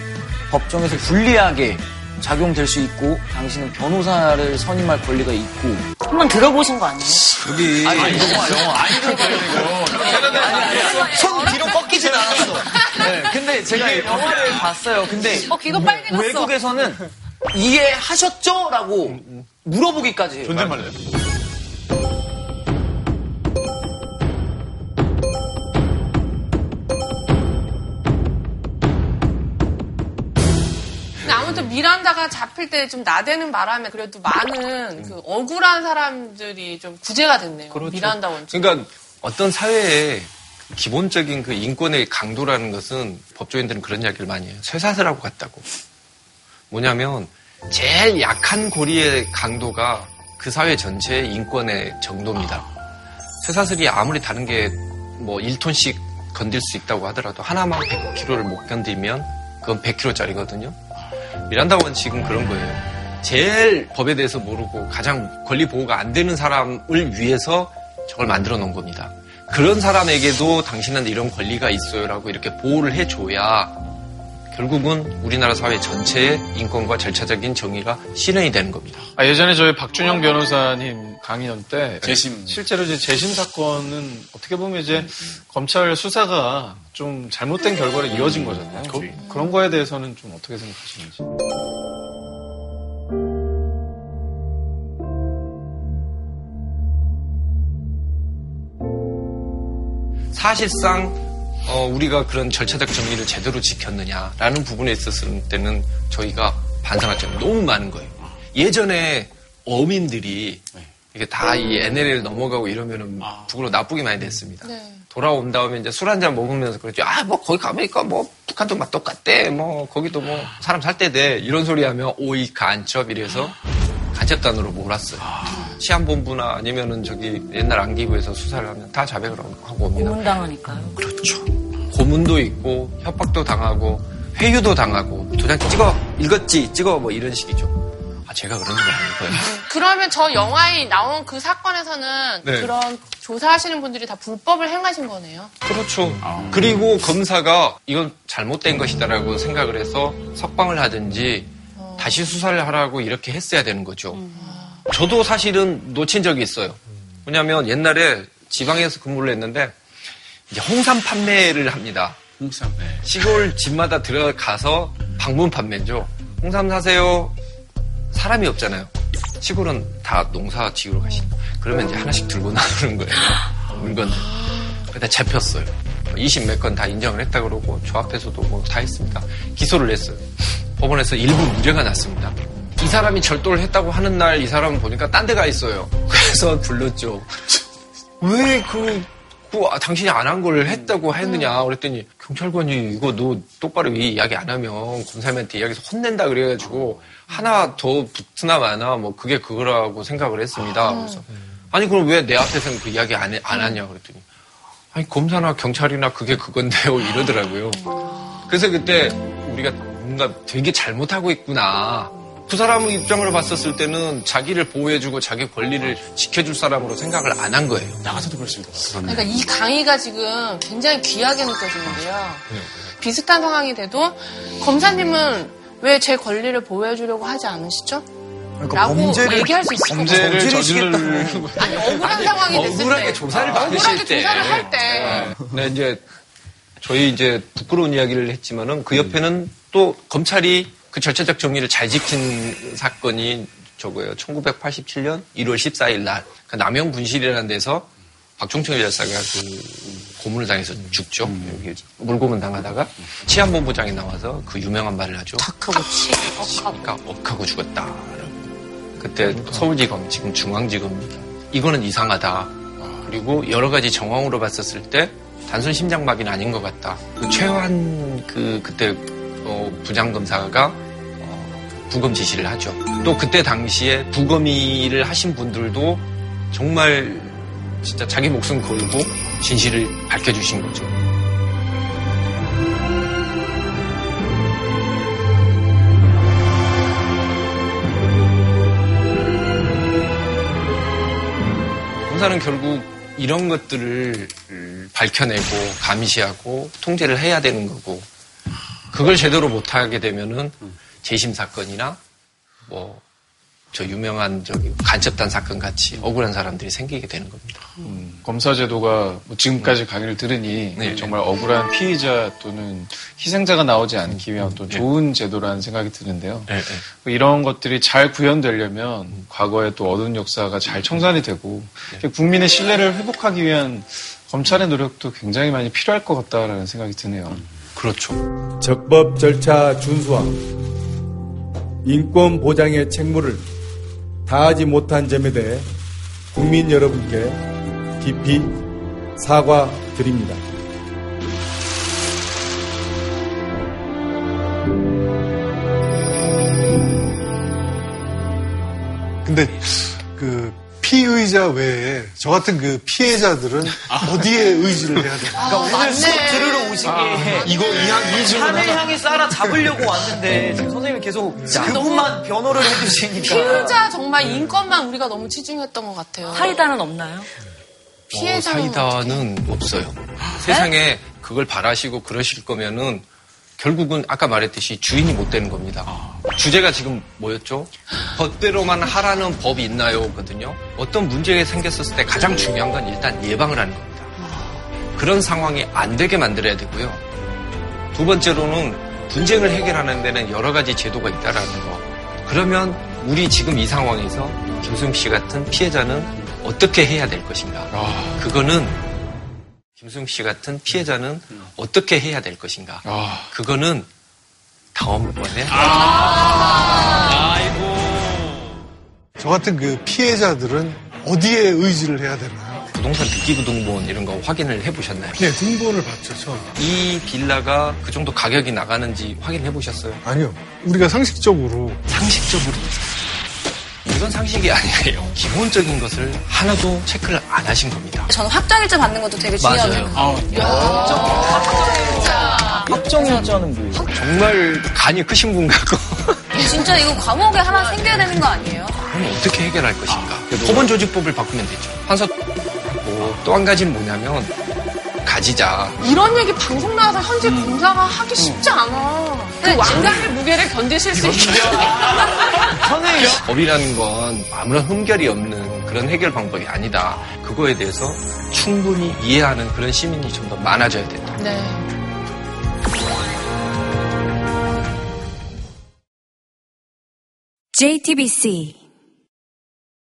법정에서 불리하게 작용될 수 있고 당신은 변호사를 선임할 권리가 있고
한번 들어보신 거 아니에요?
여기
손 뒤로 꺾이진 않았어. 네, 근데 제가 이 영화를 봤어요. 근데
어, 귀가 빨개졌어.
외국에서는 이해하셨죠? 라고 물어보기까지 해요.
존댓말로 해요.
근데 아무튼 미란다가 잡힐 때 좀 나대는 바람에 그래도 많은 그 억울한 사람들이 좀 구제가 됐네요. 미란다 원칙.
그러니까 어떤 사회의 기본적인 그 인권의 강도라는 것은 법조인들은 그런 이야기를 많이 해요. 쇠사슬 하고 같다고. 뭐냐면 제일 약한 고리의 강도가 그 사회 전체의 인권의 정도입니다. 쇠사슬이 아무리 다른 게 뭐 1톤씩 건들 수 있다고 하더라도 하나만 100kg를 못 건들면 그건 100kg짜리거든요. 미란다 원칙은 그런 거예요. 제일 법에 대해서 모르고 가장 권리 보호가 안 되는 사람을 위해서 저걸 만들어 놓은 겁니다. 그런 사람에게도 당신은 이런 권리가 있어요라고 이렇게 보호를 해줘야 결국은 우리나라 사회 전체의 인권과 절차적인 정의가 실현이 되는 겁니다.
아, 예전에 저희 박준영 변호사님 강의연 때
재심.
실제로 이제 재심 사건은 어떻게 보면 이제 검찰 수사가 좀 잘못된 결과로 이어진 거잖아요.
그렇죠.
그, 런 거에 대해서는 좀 어떻게 생각하시는지.
사실상 어, 우리가 그런 절차적 정의를 제대로 지켰느냐라는 부분에 있었을 때는 저희가 반성할 점이 너무 많은 거예요. 예전에 어민들이 이게 다 이 NLL 넘어가고 이러면은 북으로 나쁘게 많이 됐습니다. 돌아온 다음에 이제 술 한 잔 먹으면서 그랬죠. 아, 뭐 거기 가보니까 뭐 북한도 맛 똑같대. 뭐 거기도 뭐 사람 살 때 돼. 이런 소리 하면 오이 간첩 이래서 간첩단으로 몰았어요. 시한본부나 아니면은 저기 옛날 안기부에서 수사를 하면 다 자백을 하고 옵니다.
고문당하니까요.
그렇죠. 고문도 있고 협박도 당하고 회유도 당하고 도장 찍어 읽었지 찍어 뭐 이런 식이죠. 아 제가 그러는 거 아니고요.
그러면 저 영화에 나온 그 사건에서는
네.
그런 조사하시는 분들이 다 불법을 행하신 거네요.
그렇죠. 그리고 검사가 이건 잘못된 것이다라고 생각을 해서 석방을 하든지 다시 수사를 하라고 이렇게 했어야 되는 거죠. 저도 사실은 놓친 적이 있어요. 왜냐하면 옛날에 지방에서 근무를 했는데 이제 홍삼 판매를 합니다.
홍삼. 네.
시골 집마다 들어가서 방문 판매죠. 홍삼 사세요. 사람이 없잖아요. 시골은 다 농사 지으러 가시니까. 그러면 이제 하나씩 들고 (laughs) 나누는 거예요. 물건들. 그다 잡혔어요. 20 몇 건 다 인정을 했다 그러고 저 앞에서도 뭐 다 했습니다. 기소를 했어요. 법원에서 일부 무죄가 났습니다. 이 사람이 절도를 했다고 하는 날 이 사람 보니까 딴 데가 있어요. 그래서 불렀죠. 왜그 그, 아, 당신이 안 한 걸 했다고 했느냐 그랬더니 경찰관이 이거 너 똑바로 이 이야기 안 하면 검사님한테 이야기해서 혼낸다 그래가지고 하나 더 붙으나 마나 뭐 그게 그거라고 생각을 했습니다. 그래서 아니 그럼 왜 내 앞에서는 그 이야기 안, 해- 안 하냐 그랬더니 아니 검사나 경찰이나 그게 그건데요 (laughs) 이러더라고요. 그래서 그때 우리가 뭔가 되게 잘못하고 있구나. 그 사람 입장으로 봤었을 때는 자기를 보호해주고 자기 권리를 지켜줄 사람으로 생각을 안 한 거예요.
나가서도 그럴 수 있어.
그러니까 이 강의가 지금 굉장히 귀하게 느껴지는데요.
네,
비슷한 상황이 돼도 검사님은 왜 제 권리를 보호해주려고 하지 않으시죠?
그러니까
라고
범죄를
얘기할 수 있을 것 같아요.
범죄를
저지르시겠다.
저지르는
아니, 억울한 상황이 됐을 때.
억울하게 조사를
억울하게
받으실 때.
조사를 할 때.
근데 이제 저희 이제 부끄러운 이야기를 했지만은 그 옆에는 또 검찰이 그 절차적 정리를 잘 지킨 사건이 저거예요. 1987년 1월 14일 날 그 남영 분실이라는 데서 박종철 열사가 그 고문을 당해서 죽죠. 여기 물고문 당하다가 치안본부장이 나와서 그 유명한 말을 하죠.
어,
그러니까 억하고 죽었다. 그때 서울지검 지금 중앙지검입니다. 이거는 이상하다. 그리고 여러 가지 정황으로 봤었을 때 단순 심장마비는 아닌 것 같다. 그 최환 그 그때 어, 부장검사가 어, 부검 지시를 하죠. 또 그때 당시에 부검이를 하신 분들도 정말 진짜 자기 목숨 걸고 진실을 밝혀주신 거죠. 검사는 결국 이런 것들을 밝혀내고 감시하고 통제를 해야 되는 거고 그걸 제대로 못하게 되면은 재심 사건이나 뭐 저 유명한 저기 간첩단 사건 같이 억울한 사람들이 생기게 되는 겁니다.
검사 제도가 뭐 지금까지 강의를 들으니
네.
정말 억울한 피의자 또는 희생자가 나오지 않기 위한 또 좋은 제도라는 생각이 드는데요.
네,
뭐 이런 것들이 잘 구현되려면 과거에 또 어두운 역사가 잘 청산이 되고 국민의 신뢰를 회복하기 위한 검찰의 노력도 굉장히 많이 필요할 것 같다라는 생각이 드네요.
그렇죠.
적법 절차 준수함, 인권 보장의 책무를 다하지 못한 점에 대해 국민 여러분께 깊이 사과드립니다.
근데 그 피의자 외에 저 같은 그 피해자들은 어디에 의지를 해야 되나?
아, 맞네.
들으러 오시게
이거 이한 이주
하늘 향이 쌓아 잡으려고 왔는데 지금 선생님이 계속 그분만 변호를 해주시니까
네.
피의자 정말 인권만 우리가 너무 치중했던 것 같아요.
사이다는 없나요?
피해자는
어, 사이다는 없어요.
아, 네?
세상에 그걸 바라시고 그러실 거면은 결국은 아까 말했듯이 주인이 못 되는 겁니다.
아.
주제가 지금 뭐였죠? 법대로만 하라는 법이 있나요?거든요. 어떤 문제가 생겼었을 때 가장 중요한 건 일단 예방을 하는 겁니다.
아.
그런 상황이 안 되게 만들어야 되고요. 두 번째로는 분쟁을 해결하는 데는 여러 가지 제도가 있다라는 거. 그러면 우리 지금 이 상황에서 김수영 씨 같은 피해자는 어떻게 해야 될 것인가? 그거는 김수영 씨 같은 피해자는 어떻게 해야 될 것인가?
아.
그거는 다음번에
저 같은 그 피해자들은 어디에 의지를 해야 되나?
부동산 듣기부 등본 이런 거 확인을 해보셨나요?
네, 등본을 봤죠, 처음.
이 빌라가 그 정도 가격이 나가는지 확인해보셨어요?
아니요. 우리가 상식적으로
상식적으로 이건 상식이 아니에요. 기본적인 것을 하나도 체크를 안 하신 겁니다.
저는 확정일자 받는 것도 되게 중요하다고
맞아요.
생각해요.
확정일자는 뭐예요?
정말 간이 크신 분 같고
진짜 이거 과목에 하나 생겨야 되는 거 아니에요?
그럼 어떻게 해결할 것인가? 법원 조직법을 바꾸면 되죠. 판사 뭐 또한 가지는 뭐냐면 가지자.
이런 얘기 방송 나와서 현재 검사가 하기 쉽지 않아. 그 왕관의 무게를 견디실 수 있는.
법이라는 건 아무런 흠결이 없는 그런 해결 방법이 아니다. 그거에 대해서 충분히 이해하는 그런 시민이 좀 더 많아져야 된다.
네.
JTBC